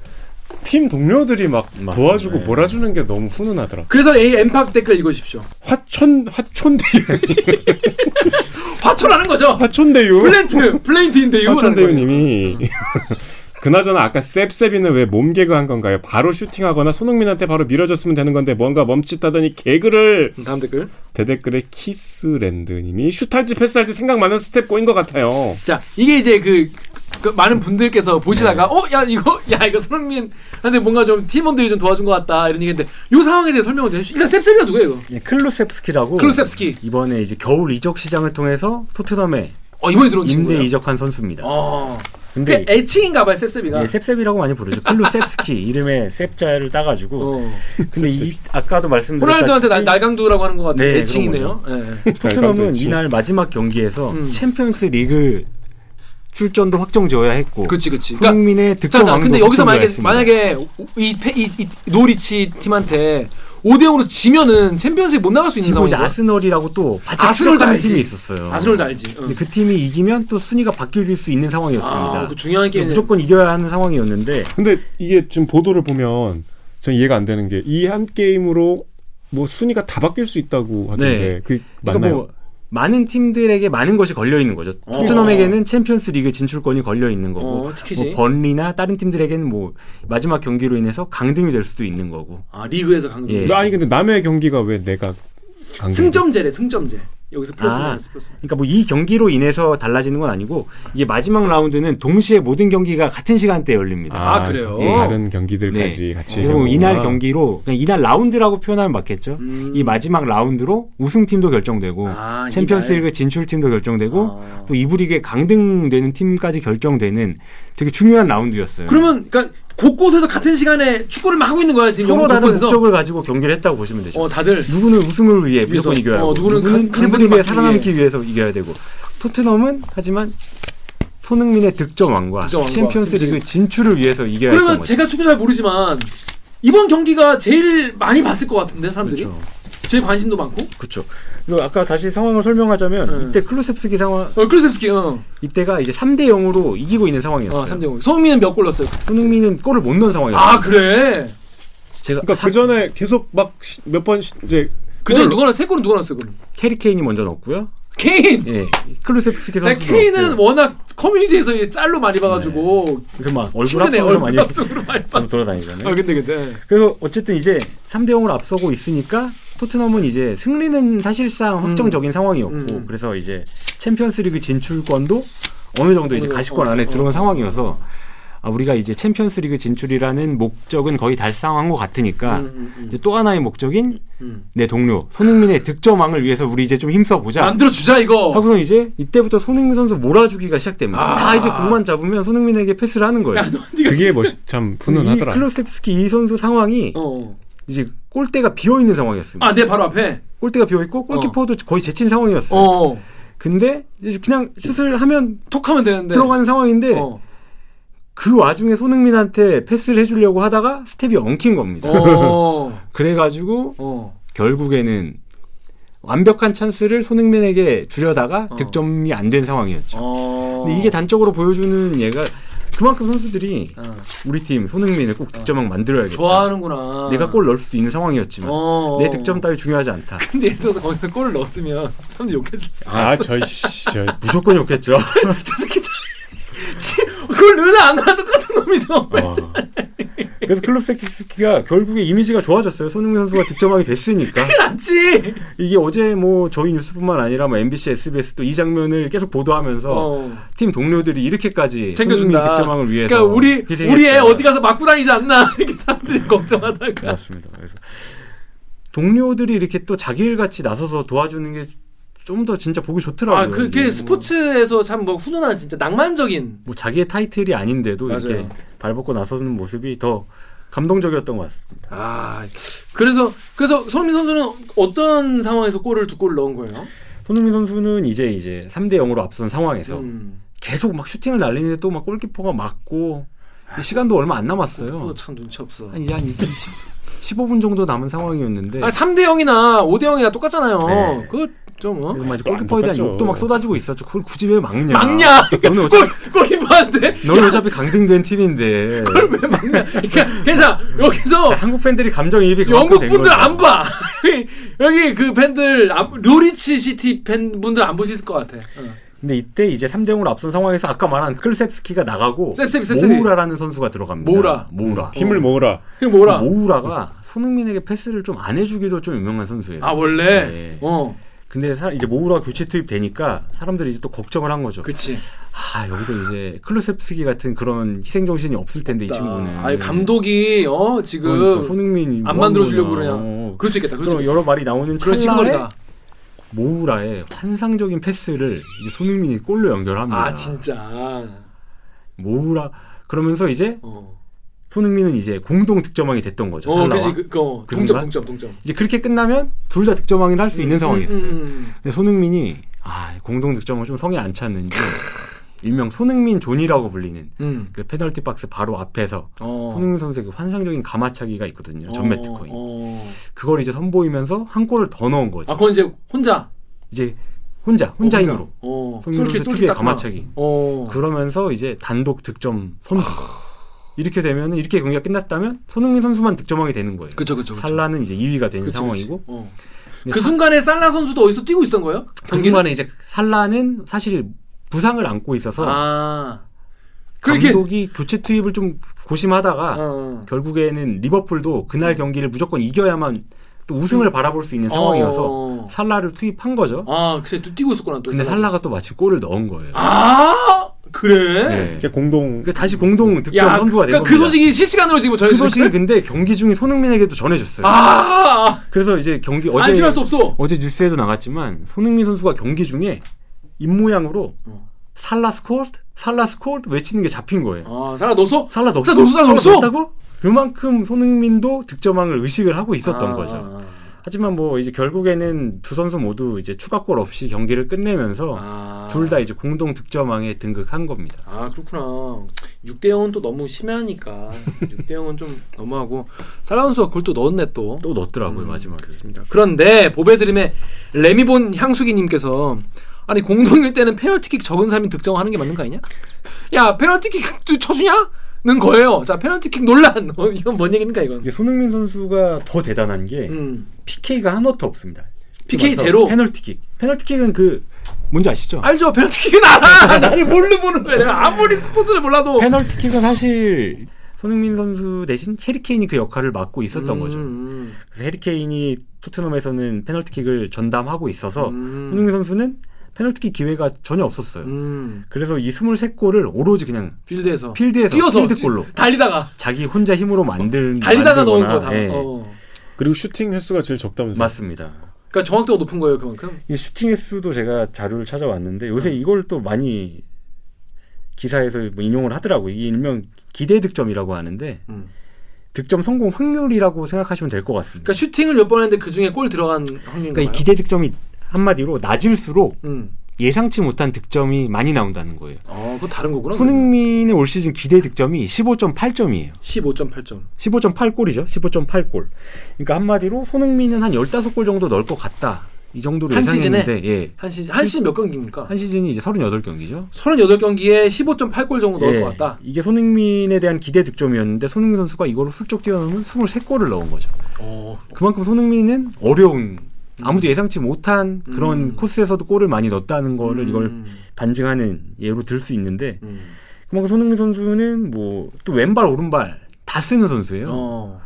[SPEAKER 4] 팀 동료들이 막
[SPEAKER 1] 맞습니다.
[SPEAKER 4] 도와주고
[SPEAKER 1] 예.
[SPEAKER 4] 몰아주는 게 너무 훈훈하더라.
[SPEAKER 2] 그래서 A 엠팍 댓글 읽어주십시오.
[SPEAKER 4] 화천, 화촌대유, [laughs]
[SPEAKER 2] 화초라는 거죠?
[SPEAKER 4] 화촌대유,
[SPEAKER 2] 플랜트, 플레인트인데 이거라는 거예요.
[SPEAKER 4] 화촌대유님이 [laughs] 그나저나 아까 셉셉이는 왜 몸개그 한 건가요? 바로 슈팅하거나 손흥민한테 바로 밀어줬으면 되는 건데 뭔가 멈칫하더니 개그를
[SPEAKER 2] 다음 댓글.
[SPEAKER 4] 대댓글에 키스랜드님이 슛할지 패스할지 생각 많은 스텝 꼬인 것 같아요.
[SPEAKER 2] 자, 이게 이제 그, 그 많은 분들께서 보시다가
[SPEAKER 1] 네.
[SPEAKER 2] 어, 야 이거 야 이거 손흥민한테 뭔가 좀 팀원들이 좀 도와준 것 같다 이런 얘기인데 요 상황에 대해 설명을 좀 해주시. 일단 셉셉이가 누구예요? 이거?
[SPEAKER 1] 예, 클루셉스키라고
[SPEAKER 2] 클루셉스키.
[SPEAKER 1] 이번에 이제 겨울 이적 시장을 통해서 토트넘에
[SPEAKER 2] 어 이번에 들어온
[SPEAKER 1] 임대
[SPEAKER 2] 친구예요.
[SPEAKER 1] 이적한 선수입니다.
[SPEAKER 2] 어.
[SPEAKER 1] 근데
[SPEAKER 2] 그 애칭인가봐요 셉셉이가.
[SPEAKER 1] 예, 셉셉이라고 많이 부르죠. [laughs] 클루셉스키 이름에 셉자를 따가지고.
[SPEAKER 2] 어.
[SPEAKER 1] 근데 이 아까도
[SPEAKER 2] 호날두한테 날,
[SPEAKER 1] 말씀드렸다시피
[SPEAKER 2] 날강두라고 하는 것 같은
[SPEAKER 1] 네,
[SPEAKER 2] 애칭이네요. 예.
[SPEAKER 1] 토트넘은
[SPEAKER 4] 날강도였지.
[SPEAKER 1] 이날 마지막 경기에서
[SPEAKER 2] 음.
[SPEAKER 1] 챔피언스 리그 출전도 확정 지어야 했고
[SPEAKER 2] 그치 그치. 그러니까
[SPEAKER 1] 국민의 음, 득점
[SPEAKER 2] 자, 자,
[SPEAKER 1] 왕도
[SPEAKER 2] 근데 여기서
[SPEAKER 1] 확정
[SPEAKER 2] 만약에
[SPEAKER 1] 지어야
[SPEAKER 2] 만약에 이, 패- 이, 이 노리치 팀한테 5대 0으로 지면은 챔피언스에 못 나갈 수 있는
[SPEAKER 1] 지고 이제
[SPEAKER 2] 상황이야.
[SPEAKER 1] 아스널이라고 또 바짝
[SPEAKER 2] 아스널도
[SPEAKER 1] 추격하는
[SPEAKER 2] 알지.
[SPEAKER 1] 팀이 있었어요.
[SPEAKER 2] 아스널도 알지. 응.
[SPEAKER 1] 근데 그 팀이 이기면 또 순위가 바뀔 수 있는 상황이었습니다.
[SPEAKER 2] 아, 그 중요한 게임.
[SPEAKER 1] 무조건 이겨야 하는 상황이었는데
[SPEAKER 4] 근데 이게 지금 보도를 보면 전 이해가 안 되는 게 이 한 게임으로 뭐 순위가 다 바뀔 수 있다고 하던데
[SPEAKER 1] 네.
[SPEAKER 4] 그
[SPEAKER 1] 그러니까
[SPEAKER 4] 맞나요?
[SPEAKER 1] 뭐 많은 팀들에게 많은 것이 걸려 있는 거죠.
[SPEAKER 2] 어.
[SPEAKER 1] 토트넘에게는 챔피언스 리그 진출권이 걸려 있는 거고,
[SPEAKER 2] 어, 티켓이.
[SPEAKER 1] 뭐 번리나 다른 팀들에게는 뭐 마지막 경기로 인해서 강등이 될 수도 있는 거고.
[SPEAKER 2] 아 리그에서 강등.
[SPEAKER 1] 예.
[SPEAKER 4] 나 네. 아니 근데 남의 경기가 왜 내가 강등?
[SPEAKER 2] 승점제래 승점제. 여기서 플러스
[SPEAKER 1] 아.
[SPEAKER 2] 마이너스 플러스.
[SPEAKER 1] 그러니까 뭐 이 경기로 인해서 달라지는 건 아니고 이게 마지막 라운드는 동시에 모든 경기가 같은 시간대에 열립니다.
[SPEAKER 2] 아, 그래요?
[SPEAKER 4] 이 예, 다른 경기들까지 같이.
[SPEAKER 1] 그래서 뭐
[SPEAKER 4] 해보구나.
[SPEAKER 1] 이날 경기로 그냥 이날 라운드라고 표현하면 맞겠죠.
[SPEAKER 2] 음.
[SPEAKER 1] 이 마지막 라운드로 우승팀도 결정되고
[SPEAKER 2] 아, 이날.
[SPEAKER 1] 챔피언스리그 진출팀도 결정되고
[SPEAKER 2] 아.
[SPEAKER 1] 또 이브리그에 강등되는 팀까지 결정되는 되게 중요한 라운드였어요.
[SPEAKER 2] 그러면 그러니까 곳곳에서 같은 시간에 축구를 막 하고 있는 거야 지금
[SPEAKER 1] 서로
[SPEAKER 2] 영국
[SPEAKER 1] 다른
[SPEAKER 2] 곳곳에서.
[SPEAKER 1] 목적을 가지고 경기를 했다고 보시면 되죠.
[SPEAKER 2] 어 다들
[SPEAKER 1] 누구는 우승을 위해 무조건
[SPEAKER 2] 위해서.
[SPEAKER 1] 이겨야
[SPEAKER 2] 어,
[SPEAKER 1] 하고
[SPEAKER 2] 누구는 강- 강등을
[SPEAKER 1] 강등을 위해
[SPEAKER 2] 막기
[SPEAKER 1] 살아남기 위해서 이겨야 되고 토트넘은 하지만 손흥민의 득점 왕과
[SPEAKER 2] 득점 왕과
[SPEAKER 1] 챔피언스리그 진출을 위해서 이겨야 했던
[SPEAKER 2] 그러면
[SPEAKER 1] 거죠.
[SPEAKER 2] 제가 축구 잘 모르지만 이번 경기가 제일 많이 봤을 것 같은데 사람들이
[SPEAKER 1] 그렇죠.
[SPEAKER 2] 제일 관심도 많고
[SPEAKER 1] 그렇죠. 그리고 아까 다시 상황을 설명하자면
[SPEAKER 2] 음.
[SPEAKER 1] 이때 클루셉스기 상황
[SPEAKER 2] 어, 클루셉스키 어,
[SPEAKER 1] 이때가 이제 3대 0으로 이기고 있는 상황이었어요.
[SPEAKER 2] 어 3대 0 손흥민은 몇 골 넣었어요?
[SPEAKER 1] 네. 손흥민은 골을 못 넣은 상황이었어요.
[SPEAKER 2] 아 그래
[SPEAKER 1] 제가
[SPEAKER 4] 그러니까
[SPEAKER 1] 사-
[SPEAKER 4] 그 전에 계속 막 몇 번 이제
[SPEAKER 2] 그
[SPEAKER 1] 네.
[SPEAKER 2] 전에 누가 넣었어? 세 골은 누가 넣었어요 그럼?
[SPEAKER 1] 캐리 케인이 먼저 넣었고요.
[SPEAKER 2] 케인!
[SPEAKER 1] 예. 클루셉스키
[SPEAKER 2] 나
[SPEAKER 1] 선수.
[SPEAKER 2] 네, 케인은 워낙 커뮤니티에서 이제 짤로 많이 봐가지고
[SPEAKER 1] 그래서 막 얼굴
[SPEAKER 2] 친근해
[SPEAKER 1] 앞으로
[SPEAKER 2] 얼굴
[SPEAKER 1] 네. 많이
[SPEAKER 2] 합성으로 많이 봤어
[SPEAKER 1] 돌아다니잖아요.
[SPEAKER 2] 아 근데 근데
[SPEAKER 1] 그래서 어쨌든 이제 3대 0으로 앞서고 있으니까 토트넘은 이제 승리는 사실상 확정적인 상황이었고
[SPEAKER 2] 음.
[SPEAKER 1] 그래서 이제 챔피언스리그 진출권도 어느 정도 이제
[SPEAKER 2] 어느-
[SPEAKER 1] 가시권
[SPEAKER 2] 어,
[SPEAKER 1] 안에
[SPEAKER 2] 어.
[SPEAKER 1] 들어온 상황이어서 아, 우리가 이제 챔피언스리그 진출이라는 목적은 거의 달성한 것 같으니까
[SPEAKER 2] 음, 음, 음.
[SPEAKER 1] 이제 또 하나의 목적인
[SPEAKER 2] 음.
[SPEAKER 1] 내 동료
[SPEAKER 2] [laughs]
[SPEAKER 1] 손흥민의 득점왕을 위해서 우리 이제 좀 힘써 보자.
[SPEAKER 2] 만들어 주자 이거
[SPEAKER 1] 하고서 이제 이때부터 손흥민 선수 몰아주기가 시작됩니다.
[SPEAKER 2] 뭐. 아.
[SPEAKER 1] 다 이제 공만 잡으면 손흥민에게 패스를 하는 거예요.
[SPEAKER 4] 그게 멋있 참
[SPEAKER 1] 이
[SPEAKER 4] 훈훈하더라.
[SPEAKER 1] 클로셉스키 이 선수 상황이
[SPEAKER 2] 어아내 아,
[SPEAKER 1] 이제 골대가 비어 있는 상황이었습니다.
[SPEAKER 2] 바로 앞에
[SPEAKER 1] 골대가 비어 있고 골키퍼도 거의 제친 상황이었어요.
[SPEAKER 2] 어
[SPEAKER 1] 근데 이제 그냥 슛을 하면
[SPEAKER 2] 톡하면 되는데
[SPEAKER 1] 들어가는 상황인데
[SPEAKER 2] 네. 어.
[SPEAKER 1] 그 와중에 손흥민한테 패스를 해주려고 하다가 스텝이 엉킨 겁니다.
[SPEAKER 2] 어.
[SPEAKER 1] [laughs] 그래가지고
[SPEAKER 2] 어.
[SPEAKER 1] 결국에는 완벽한 찬스를 손흥민에게 주려다가
[SPEAKER 2] 어.
[SPEAKER 1] 득점이 안 된 상황이었죠.
[SPEAKER 2] 어.
[SPEAKER 1] 근데 이게 단적으로 보여주는 얘가 그만큼 선수들이
[SPEAKER 2] 어.
[SPEAKER 1] 우리 팀 손흥민을 꼭 득점왕 만들어야겠다.
[SPEAKER 2] 좋아하는구나.
[SPEAKER 1] 내가 골 넣을 수도 있는 상황이었지만
[SPEAKER 2] 어.
[SPEAKER 1] 내 득점 따위 중요하지 않다.
[SPEAKER 2] 근데 예를 들어서 거기서 골을 넣었으면 사람들이 욕했을 수 있어.
[SPEAKER 4] 아, 저, 씨, 저,
[SPEAKER 1] 무조건
[SPEAKER 2] [laughs]
[SPEAKER 1] 욕했죠.
[SPEAKER 2] 저 새끼 참- 치- 그걸 넣으나 안 넣으나 똑같은 놈이죠.
[SPEAKER 4] 어.
[SPEAKER 1] 그래서 클럽세키스키가 결국에 이미지가 좋아졌어요. 손흥민 선수가 득점왕이 됐으니까.
[SPEAKER 2] 맞지?
[SPEAKER 1] 이게 어제 뭐 저희 뉴스뿐만 아니라 뭐 MBC, SBS도 이 장면을 계속 보도하면서
[SPEAKER 2] 어.
[SPEAKER 1] 팀 동료들이 이렇게까지
[SPEAKER 2] 챙겨준다.
[SPEAKER 1] 손흥민 득점왕을 위해서
[SPEAKER 2] 그러니까 우리
[SPEAKER 1] 희생했다.
[SPEAKER 2] 우리 애 어디 가서 맞고 다니지 않나 [laughs] 이렇게 사람들이 걱정하다가.
[SPEAKER 1] 맞습니다. 그래서 동료들이 이렇게 또 자기 일 같이 나서서 도와주는 게 좀 더 진짜 보기 좋더라고요.
[SPEAKER 2] 아 그게
[SPEAKER 1] 이게
[SPEAKER 2] 스포츠에서 참 뭐 훈훈한 진짜 낭만적인.
[SPEAKER 1] 뭐 자기의 타이틀이 아닌데도
[SPEAKER 2] 맞아요.
[SPEAKER 1] 이렇게 발벗고 나서는 모습이 더 감동적이었던 것 같습니다.
[SPEAKER 2] 아 그래서 그래서 손흥민 선수는 어떤 상황에서 골을 두 골을 넣은 거예요?
[SPEAKER 1] 손흥민 선수는 이제 이제 3대 0으로 앞선 상황에서
[SPEAKER 2] 음.
[SPEAKER 1] 계속 막 슈팅을 날리는데 또 막 골키퍼가 맞고 이 시간도 얼마 안 남았어요.
[SPEAKER 2] 골키퍼도 참 눈치 없어.
[SPEAKER 1] 한 이제 한 20, 15분 정도 남은 상황이었는데
[SPEAKER 2] 아 3대 0이나 5대 0이나 똑같잖아요.
[SPEAKER 1] 네.
[SPEAKER 2] 그거 좀 어?
[SPEAKER 1] 그래서 막 이제
[SPEAKER 4] 안
[SPEAKER 1] 골키퍼에 대한
[SPEAKER 4] 똑같죠.
[SPEAKER 1] 욕도 막 쏟아지고 있었죠. 그걸 굳이 왜 막냐?
[SPEAKER 2] 막냐?
[SPEAKER 1] 너는
[SPEAKER 2] [laughs] 골,
[SPEAKER 1] 어차피
[SPEAKER 2] 골키퍼한테 [laughs]
[SPEAKER 1] 너는 어차피 강등된 팀인데
[SPEAKER 2] 왜 막냐? 그러니까 괜찮아. 여기서
[SPEAKER 1] 한국 팬들이 감정이입이
[SPEAKER 2] 영국
[SPEAKER 1] 그만큼 된
[SPEAKER 2] 분들
[SPEAKER 1] 거죠.
[SPEAKER 2] 안 봐. [laughs] 여기 그 팬들 안- 로리치 시티 팬분들 안 보실 것 같아. 어.
[SPEAKER 1] 근데 이때 이제 3대 0으로 앞선 상황에서 아까 말한 클셉스키가 나가고
[SPEAKER 2] 셉셉, 셉셉이.
[SPEAKER 1] 모우라라는 선수가 들어갑니다.
[SPEAKER 2] 모우라.
[SPEAKER 1] 모우라. 어.
[SPEAKER 4] 힘을
[SPEAKER 1] 네.
[SPEAKER 4] 모으라.
[SPEAKER 2] 그냥 뭐라?
[SPEAKER 1] 모우라가 손흥민에게 패스를 좀 안 해주기도 좀 유명한 선수예요.
[SPEAKER 2] 아 원래
[SPEAKER 1] 네.
[SPEAKER 2] 어
[SPEAKER 1] 근데 사- 이제 모우라 교체 투입되니까 사람들이 이제 또 걱정을 한 거죠.
[SPEAKER 2] 그치.
[SPEAKER 1] 아 여기서 이제 클루셉스키 같은 그런 희생 정신이 없을 텐데 이 친구는.
[SPEAKER 2] 아 감독이 어 지금
[SPEAKER 1] 그러니까 손흥민
[SPEAKER 2] 안 만들어 주려고 그러냐. 그럴 수 있겠다. 그럴 수
[SPEAKER 1] 그럼
[SPEAKER 2] 있겠다.
[SPEAKER 1] 여러 말이 나오는
[SPEAKER 2] 그런
[SPEAKER 1] 찰나에
[SPEAKER 2] 시그널이다.
[SPEAKER 1] 모우라의 환상적인 패스를 이제 손흥민이 골로 연결합니다.
[SPEAKER 2] 아 진짜.
[SPEAKER 1] 모우라 그러면서 이제
[SPEAKER 2] 어.
[SPEAKER 1] 손흥민은 이제 공동 득점왕이 됐던 거죠.
[SPEAKER 2] 어,
[SPEAKER 1] 살라와.
[SPEAKER 2] 그지, 그, 그, 어,
[SPEAKER 1] 그
[SPEAKER 2] 동점,
[SPEAKER 1] 순간?
[SPEAKER 2] 동점, 동점.
[SPEAKER 1] 이제 그렇게 끝나면 둘 다 득점왕이 할 수 있는 상황이었어요.
[SPEAKER 2] 음, 음,
[SPEAKER 1] 근데 손흥민이 아 공동 득점을 좀 성에 안 찼는지 일명 손흥민 존이라고 불리는
[SPEAKER 2] 음. 음.
[SPEAKER 1] 그 페널티 박스 바로 앞에서
[SPEAKER 2] 어.
[SPEAKER 1] 손흥민 선수의 그 환상적인 가마차기가 있거든요. 전매 특허인.
[SPEAKER 2] 어, 어.
[SPEAKER 1] 그걸 이제 선보이면서 한 골을 더 넣은 거죠.
[SPEAKER 2] 아, 그건 이제 혼자.
[SPEAKER 1] 이제 혼자 그렇죠. 혼자
[SPEAKER 2] 어,
[SPEAKER 1] 힘으로.
[SPEAKER 2] 어.
[SPEAKER 1] 손흥민
[SPEAKER 2] 쏠킬,
[SPEAKER 1] 선수
[SPEAKER 2] 쏠킬
[SPEAKER 1] 특유의
[SPEAKER 2] 딱 하나.
[SPEAKER 1] 가마차기.
[SPEAKER 2] 어.
[SPEAKER 1] 그러면서 이제 단독 득점 선두. 이렇게 되면 이렇게 경기가 끝났다면 손흥민 선수만 득점하게 되는 거예요.
[SPEAKER 2] 그쵸, 그쵸, 그쵸.
[SPEAKER 1] 살라는 이제 2위가 된
[SPEAKER 2] 그치,
[SPEAKER 1] 상황이고
[SPEAKER 2] 그치. 어.
[SPEAKER 1] 근데
[SPEAKER 2] 그
[SPEAKER 1] 사-
[SPEAKER 2] 순간에 살라 선수도 어디서 뛰고 있었던 거예요?
[SPEAKER 1] 그 순간에 이제 살라는 사실 부상을 안고 있어서
[SPEAKER 2] 아. 그렇게.
[SPEAKER 1] 감독이 교체 투입을 좀 고심하다가
[SPEAKER 2] 어. 음.
[SPEAKER 1] 결국에는 리버풀도 그날 경기를 무조건 이겨야만 또 우승을 바라볼 수 있는 상황이어서
[SPEAKER 2] 어.
[SPEAKER 1] 살라를 투입한 거죠.
[SPEAKER 2] 아, 글쎄, 또 뛰고 있었구나, 또.
[SPEAKER 1] 근데 살라가 또 마침 골을 넣은 거예요.
[SPEAKER 2] 아! 그래?
[SPEAKER 1] 네.
[SPEAKER 4] 이제 공동
[SPEAKER 1] 그 다시 공동 득점
[SPEAKER 2] 야,
[SPEAKER 1] 선두가 된
[SPEAKER 2] 그러니까
[SPEAKER 1] 겁니다.
[SPEAKER 2] 그 소식이 실시간으로 지금
[SPEAKER 1] 그
[SPEAKER 2] 전해지고
[SPEAKER 1] 소식이 근데 경기 중에 손흥민에게도 전해졌어요.
[SPEAKER 2] 아!
[SPEAKER 1] 그래서 이제 경기 어제
[SPEAKER 2] 안심할 수 없어.
[SPEAKER 1] 어제 뉴스에도 나갔지만 손흥민 선수가 경기 중에 입 모양으로
[SPEAKER 2] 어.
[SPEAKER 1] 살라 스코어드 살라 스코어드 외치는 게 잡힌 거예요.
[SPEAKER 2] 아, 살라 넣었어?
[SPEAKER 1] 살라 넣었어?
[SPEAKER 2] 진짜 넣었어, 살라 넣었어?
[SPEAKER 1] 고 그만큼 손흥민도 득점왕을 의식을 하고 있었던
[SPEAKER 2] 아,
[SPEAKER 1] 거죠. 하지만 뭐 이제 결국에는 두 선수 모두 이제 추가골 없이 경기를 끝내면서
[SPEAKER 2] 아.
[SPEAKER 1] 둘 다 이제 공동 득점왕에 등극한 겁니다.
[SPEAKER 2] 아 그렇구나. 6대 0은 또 너무 심하니까 6대 0은 좀 너무하고 살라 선수가 골 또 넣었네 또.
[SPEAKER 1] 또 넣었더라고요 마지막에.
[SPEAKER 2] 그렇습니다. 그런데 보배드림의 레미본 향수기님께서 아니 공동일 때는 페널티킥 적은 사람이 득점하는 게 맞는 거 아니냐? 야 페널티킥 또 쳐주냐? 는 거예요. 자 페널티킥 논란. 어, 이건 뭔 얘기인가 이건.
[SPEAKER 1] 이게 손흥민 선수가 더 대단한 게
[SPEAKER 2] 음.
[SPEAKER 1] PK가 하나도 없습니다.
[SPEAKER 2] PK
[SPEAKER 1] 맞죠?
[SPEAKER 2] 제로.
[SPEAKER 1] 페널티킥. 페널티킥은 그 뭔지 아시죠?
[SPEAKER 2] 알죠? 페널티킥은 알아. [laughs] 나를 뭘로 보는 거야. 내가 아무리 스포츠를 몰라도.
[SPEAKER 1] 페널티킥은 사실 손흥민 선수 대신 해리케인이 그 역할을 맡고 있었던
[SPEAKER 2] 음,
[SPEAKER 1] 거죠.
[SPEAKER 2] 음,
[SPEAKER 1] 그래서 해리케인이 토트넘에서는 페널티킥을 전담하고 있어서
[SPEAKER 2] 음.
[SPEAKER 1] 손흥민 선수는 페널티킥 기회가 전혀 없었어요.
[SPEAKER 2] 음.
[SPEAKER 1] 그래서 이 23골을 오로지 그냥
[SPEAKER 2] 필드에서.
[SPEAKER 1] 필드에서
[SPEAKER 2] 뛰어서
[SPEAKER 1] 필드골로
[SPEAKER 2] 뛰- 달리다가
[SPEAKER 1] 자기 혼자 힘으로 만든
[SPEAKER 2] 달리다가 넣은
[SPEAKER 1] 만들거나,
[SPEAKER 2] 거 다.
[SPEAKER 1] 예,
[SPEAKER 2] 어.
[SPEAKER 4] 그리고 슈팅 횟수가 제일 적다면서.
[SPEAKER 1] 맞습니다.
[SPEAKER 2] 그러니까 정확도가 높은 거예요 그만큼.
[SPEAKER 1] 이 슈팅 횟수도 제가 자료를 찾아왔는데 요새
[SPEAKER 2] 음.
[SPEAKER 1] 이걸 또 많이 기사에서 뭐 인용을 하더라고요. 이 일명 기대 득점이라고 하는데 득점 성공 확률이라고 생각하시면 될 것 같습니다.
[SPEAKER 2] 그러니까 슈팅을 몇 번 했는데 그 중에 골 들어간 확률인가요?
[SPEAKER 1] 그러니까 이 기대 득점이 한마디로 낮을수록
[SPEAKER 2] 음.
[SPEAKER 1] 예상치 못한 득점이 많이 나온다는 거예요.
[SPEAKER 2] 어, 그거 다른 거구나.
[SPEAKER 1] 손흥민의 올 시즌 기대 득점이 15.8점이에요.
[SPEAKER 2] 15.8점.
[SPEAKER 1] 15.8골이죠. 15.8골. 그러니까 한마디로 손흥민은 한 15골 정도 넣을 것 같다. 이 정도로
[SPEAKER 2] 한
[SPEAKER 1] 예상했는데 예.
[SPEAKER 2] 한 시즌 한 시즌 몇 경기입니까?
[SPEAKER 1] 한 시즌이 이제 38경기죠. 예.
[SPEAKER 2] 38경기에 15.8골 정도 어, 넣을 것 같다.
[SPEAKER 1] 이게 손흥민에 대한 기대 득점이었는데 손흥민 선수가 이걸 훌쩍 뛰어넘은 23골을 넣은 거죠.
[SPEAKER 2] 어.
[SPEAKER 1] 그만큼 손흥민은 어려운 아무도 예상치 못한 그런
[SPEAKER 2] 음.
[SPEAKER 1] 코스에서도 골을 많이 넣었다는 거를
[SPEAKER 2] 음.
[SPEAKER 1] 이걸 반증하는 예로 들 수 있는데
[SPEAKER 2] 음.
[SPEAKER 1] 그만큼 손흥민 선수는 뭐 또 왼발 오른발 다 쓰는 선수예요.
[SPEAKER 2] 어.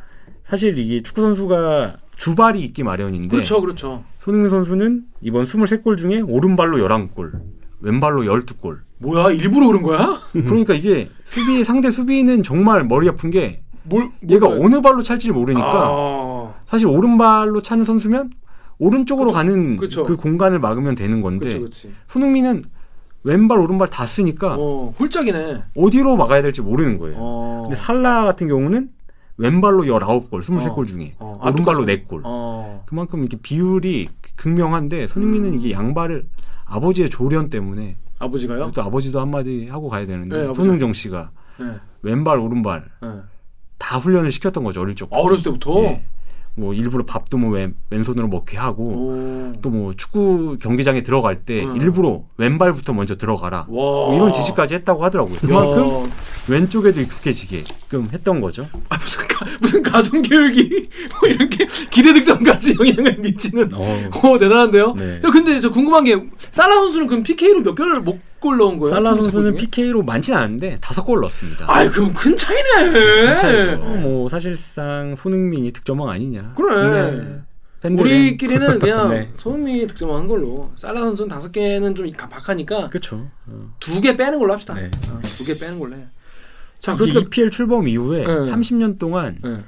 [SPEAKER 1] 사실 이게 축구 선수가 주발이 있기 마련인데
[SPEAKER 2] 그렇죠. 그렇죠.
[SPEAKER 1] 손흥민 선수는 이번 23골 중에 오른발로 11골, 왼발로
[SPEAKER 2] [laughs]
[SPEAKER 1] 12골.
[SPEAKER 2] 뭐야? 일부러 그런 거야?
[SPEAKER 1] 그러니까 이게 수비 상대 수비는 정말 머리 아픈 게
[SPEAKER 2] 뭘
[SPEAKER 1] 얘가
[SPEAKER 2] 뭘까요?
[SPEAKER 1] 어느 발로 찰지 모르니까
[SPEAKER 2] 아.
[SPEAKER 1] 사실 오른발로 차는 선수면 오른쪽으로 가는
[SPEAKER 2] 그쵸.
[SPEAKER 1] 그 공간을 막으면 되는 건데
[SPEAKER 2] 그렇죠. 그렇지.
[SPEAKER 1] 손흥민은 왼발 오른발 다 쓰니까
[SPEAKER 2] 어, 홀짝이네.
[SPEAKER 1] 어. 디로 막아야 될지 모르는 거예요.
[SPEAKER 2] 어.
[SPEAKER 1] 네. 근데 살라 같은 경우는 왼발로 19골, 23골 중에
[SPEAKER 2] 어. 아,
[SPEAKER 1] 오른발로
[SPEAKER 2] 똑같이.
[SPEAKER 1] 4골.
[SPEAKER 2] 어.
[SPEAKER 1] 그만큼 이렇게 비율이 극명한데 손흥민은
[SPEAKER 2] 음.
[SPEAKER 1] 이게 양발을 아버지의 조련 때문에
[SPEAKER 2] 아버지가요?
[SPEAKER 1] 또 아버지도 한마디 하고 가야 되는데
[SPEAKER 2] 네, 아버지.
[SPEAKER 1] 손흥정 씨가
[SPEAKER 2] 예.
[SPEAKER 1] 왼발 오른발
[SPEAKER 2] 예.
[SPEAKER 1] 다 훈련을 시켰던 거죠 어릴 적.
[SPEAKER 2] 아, 어렸을 때부터.
[SPEAKER 1] 예. 뭐 일부러 밥도 뭐 왼, 왼손으로 먹게 하고
[SPEAKER 2] 오.
[SPEAKER 1] 또 뭐 축구 경기장에 들어갈 때
[SPEAKER 2] 어. 음.
[SPEAKER 1] 일부러 왼발부터 먼저 들어가라.
[SPEAKER 2] 와.
[SPEAKER 1] 뭐 이런 지시까지 했다고 하더라고요. 그만큼
[SPEAKER 2] 야.
[SPEAKER 1] 왼쪽에도 익숙해지게끔 했던 거죠.
[SPEAKER 2] 아, 무슨 가, 무슨 가정 교육이 [laughs] 뭐 이렇게 기대 득점까지 영향을 미치는
[SPEAKER 1] 어,
[SPEAKER 2] 오 대단한데요.
[SPEAKER 1] 네.
[SPEAKER 2] 야, 근데 저 궁금한 게 살라 선수는 그럼 PK로 몇 개를 못골 넣은 거예요?
[SPEAKER 1] 살라
[SPEAKER 2] 스무 골
[SPEAKER 1] 선수는
[SPEAKER 2] 중에?
[SPEAKER 1] PK로 많지는 않은데 다섯 골 넣었습니다.
[SPEAKER 2] 아이 예. 그럼 큰 차이네.
[SPEAKER 1] 괜찮아요. 뭐 사실상 손흥민이 득점왕 아니냐.
[SPEAKER 2] 그래.
[SPEAKER 1] 네.
[SPEAKER 2] 우리끼리는
[SPEAKER 1] [laughs]
[SPEAKER 2] 그냥
[SPEAKER 1] 네.
[SPEAKER 2] 손흥민이 득점한 걸로 살라 선수는 다섯 개는 좀 각박하니까
[SPEAKER 1] 그렇죠. 어.
[SPEAKER 2] 두 개 빼는 걸로 합시다. 어,
[SPEAKER 1] 네.
[SPEAKER 2] 두 개 빼는 걸로 해.
[SPEAKER 1] 그
[SPEAKER 2] 자 아, 그렇습니다.
[SPEAKER 1] EPL 출범 이후에
[SPEAKER 2] 네.
[SPEAKER 1] 30년 동안
[SPEAKER 2] 네.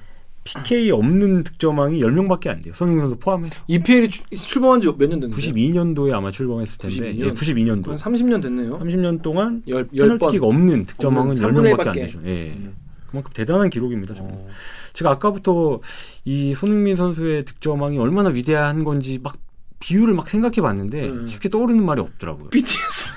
[SPEAKER 1] PK 없는 득점왕이 10명밖에 안 돼요. 손흥민 선수 포함해서.
[SPEAKER 2] EPL이 출범한 지 몇 년 됐는데?
[SPEAKER 1] 92년도에 아마 출범했을 텐데
[SPEAKER 2] 네. 92년?
[SPEAKER 1] 예, 92년도.
[SPEAKER 2] 한 30년 됐네요.
[SPEAKER 1] 30년 동안
[SPEAKER 2] 열- 열 번. [laughs]
[SPEAKER 1] 페널티킥 어. 없는 득점왕은
[SPEAKER 2] 없는 삼분의
[SPEAKER 1] 10명밖에 안
[SPEAKER 2] 일밖에.
[SPEAKER 1] 되죠. 예.
[SPEAKER 2] 음. 어.
[SPEAKER 1] 그만큼 대단한 기록입니다. 정말. 제가 아까부터 이 손흥민 선수의 득점왕이 얼마나 위대한 건지 막 비유를 막 생각해 봤는데
[SPEAKER 2] 음.
[SPEAKER 1] 쉽게 떠오르는 말이 없더라고요.
[SPEAKER 2] BTS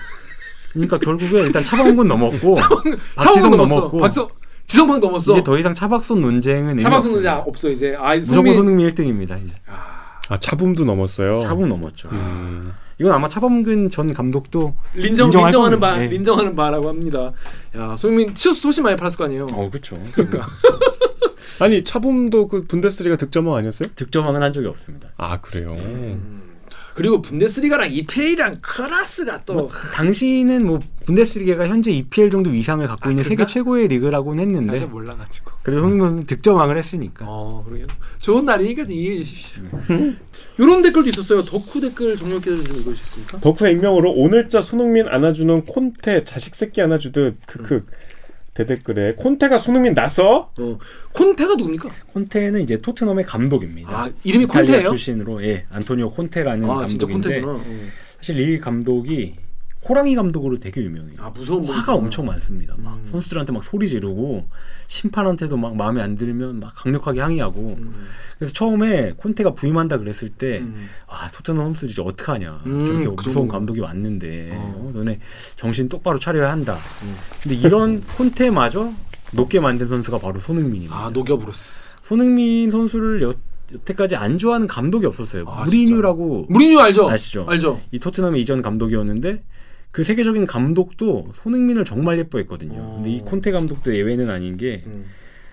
[SPEAKER 1] 그러니까 결국에 일단 차범근 넘었고
[SPEAKER 2] [laughs] 차범근
[SPEAKER 1] 아, 박지성
[SPEAKER 2] 넘었어.
[SPEAKER 1] 넘었고.
[SPEAKER 2] 박성 지성방 넘었어.
[SPEAKER 1] 이제 더 이상 차박손 논쟁은 의미
[SPEAKER 2] 차박성
[SPEAKER 1] 없습니다.
[SPEAKER 2] 이제 없어 이제. 아 이제
[SPEAKER 1] 무조건
[SPEAKER 2] 손흥민
[SPEAKER 1] 손흥민 1등입니다. 이제.
[SPEAKER 4] 아 차붐도 넘었어요.
[SPEAKER 1] 차범 넘었죠.
[SPEAKER 4] 음.
[SPEAKER 1] 이건 아마 차범근 전 감독도
[SPEAKER 2] 인정
[SPEAKER 1] 인정할
[SPEAKER 2] 인정하는
[SPEAKER 1] 겁니다.
[SPEAKER 2] 바
[SPEAKER 1] 예.
[SPEAKER 2] 인정하는 바라고 합니다. 야 손흥민 티셔츠 훨씬 많이 팔았을 거 아니에요.
[SPEAKER 1] 어 그렇죠.
[SPEAKER 4] 그러니까. [laughs] 아니 차붐도 그 분데스리가 득점왕 아니었어요?
[SPEAKER 1] 득점왕은 한 적이 없습니다.
[SPEAKER 4] 아 그래요.
[SPEAKER 2] 그리고 분데스리가랑 EPL이랑 클라스가
[SPEAKER 1] 뭐,
[SPEAKER 2] 또
[SPEAKER 1] 당시는 뭐 분데스리게가 현재 EPL 정도 이상을 갖고
[SPEAKER 2] 아,
[SPEAKER 1] 있는 세계
[SPEAKER 2] 그런가?
[SPEAKER 1] 최고의 리그라고는 했는데
[SPEAKER 2] 사실 몰라가지고.
[SPEAKER 1] 그래도 손흥민은 득점왕을 했으니까
[SPEAKER 2] 어 그러게요. 좋은 날이니까 좀 이해해 [laughs] 주십시오. 이런 댓글도 있었어요. 덕후 댓글 정렬기를 좀 읽어주셨습니까?
[SPEAKER 4] 덕후의 익명으로 오늘자 손흥민 안아주는 콘테 자식 새끼 안아주듯 크크 대댓글에 콘테가 손흥민 나서
[SPEAKER 2] 어 콘테가 누굽니까?
[SPEAKER 1] 콘테는 이제 토트넘의 감독입니다.
[SPEAKER 2] 아
[SPEAKER 1] 예.
[SPEAKER 2] 이름이
[SPEAKER 1] 이탈리아
[SPEAKER 2] 콘테예요?
[SPEAKER 1] 출신으로 예 안토니오 콘테라는
[SPEAKER 2] 아 진짜
[SPEAKER 1] 감독인데
[SPEAKER 2] 콘테구나. 어.
[SPEAKER 1] 사실 이 감독이 호랑이 감독으로 되게 유명해요.
[SPEAKER 2] 아 무서운
[SPEAKER 1] 화가
[SPEAKER 2] 분이구나.
[SPEAKER 1] 엄청 많습니다. 막
[SPEAKER 2] 음.
[SPEAKER 1] 선수들한테 막 소리 지르고 심판한테도 막 마음에 안 들면 막 강력하게 항의하고
[SPEAKER 2] 음.
[SPEAKER 1] 그래서 처음에 콘테가 부임한다 그랬을 때
[SPEAKER 2] 음.
[SPEAKER 1] 아, 토트넘 선수들이 어떡하냐.
[SPEAKER 2] 음,
[SPEAKER 1] 저렇게
[SPEAKER 2] 그
[SPEAKER 1] 무서운
[SPEAKER 2] 정도.
[SPEAKER 1] 감독이 왔는데,
[SPEAKER 2] 어. 음.
[SPEAKER 1] 어, 너네 정신 똑바로 차려야 한다. 근데 이런 콘테마저 높게 만든 선수가 바로 손흥민입니다.
[SPEAKER 2] 아 녹여브로스.
[SPEAKER 1] 손흥민 선수를 여, 태까지안 좋아하는 감독이 없었어요.
[SPEAKER 2] 아,
[SPEAKER 1] 무리뉴라고
[SPEAKER 2] 무리뉴 알죠?
[SPEAKER 1] 아시죠?
[SPEAKER 2] 알죠.
[SPEAKER 1] 이 토트넘의 이전 감독이었는데, 그 세계적인 감독도 손흥민을 정말 예뻐했거든요.
[SPEAKER 2] 어. 음.
[SPEAKER 1] 근데 이 콘테 감독도 예외는 아닌 게,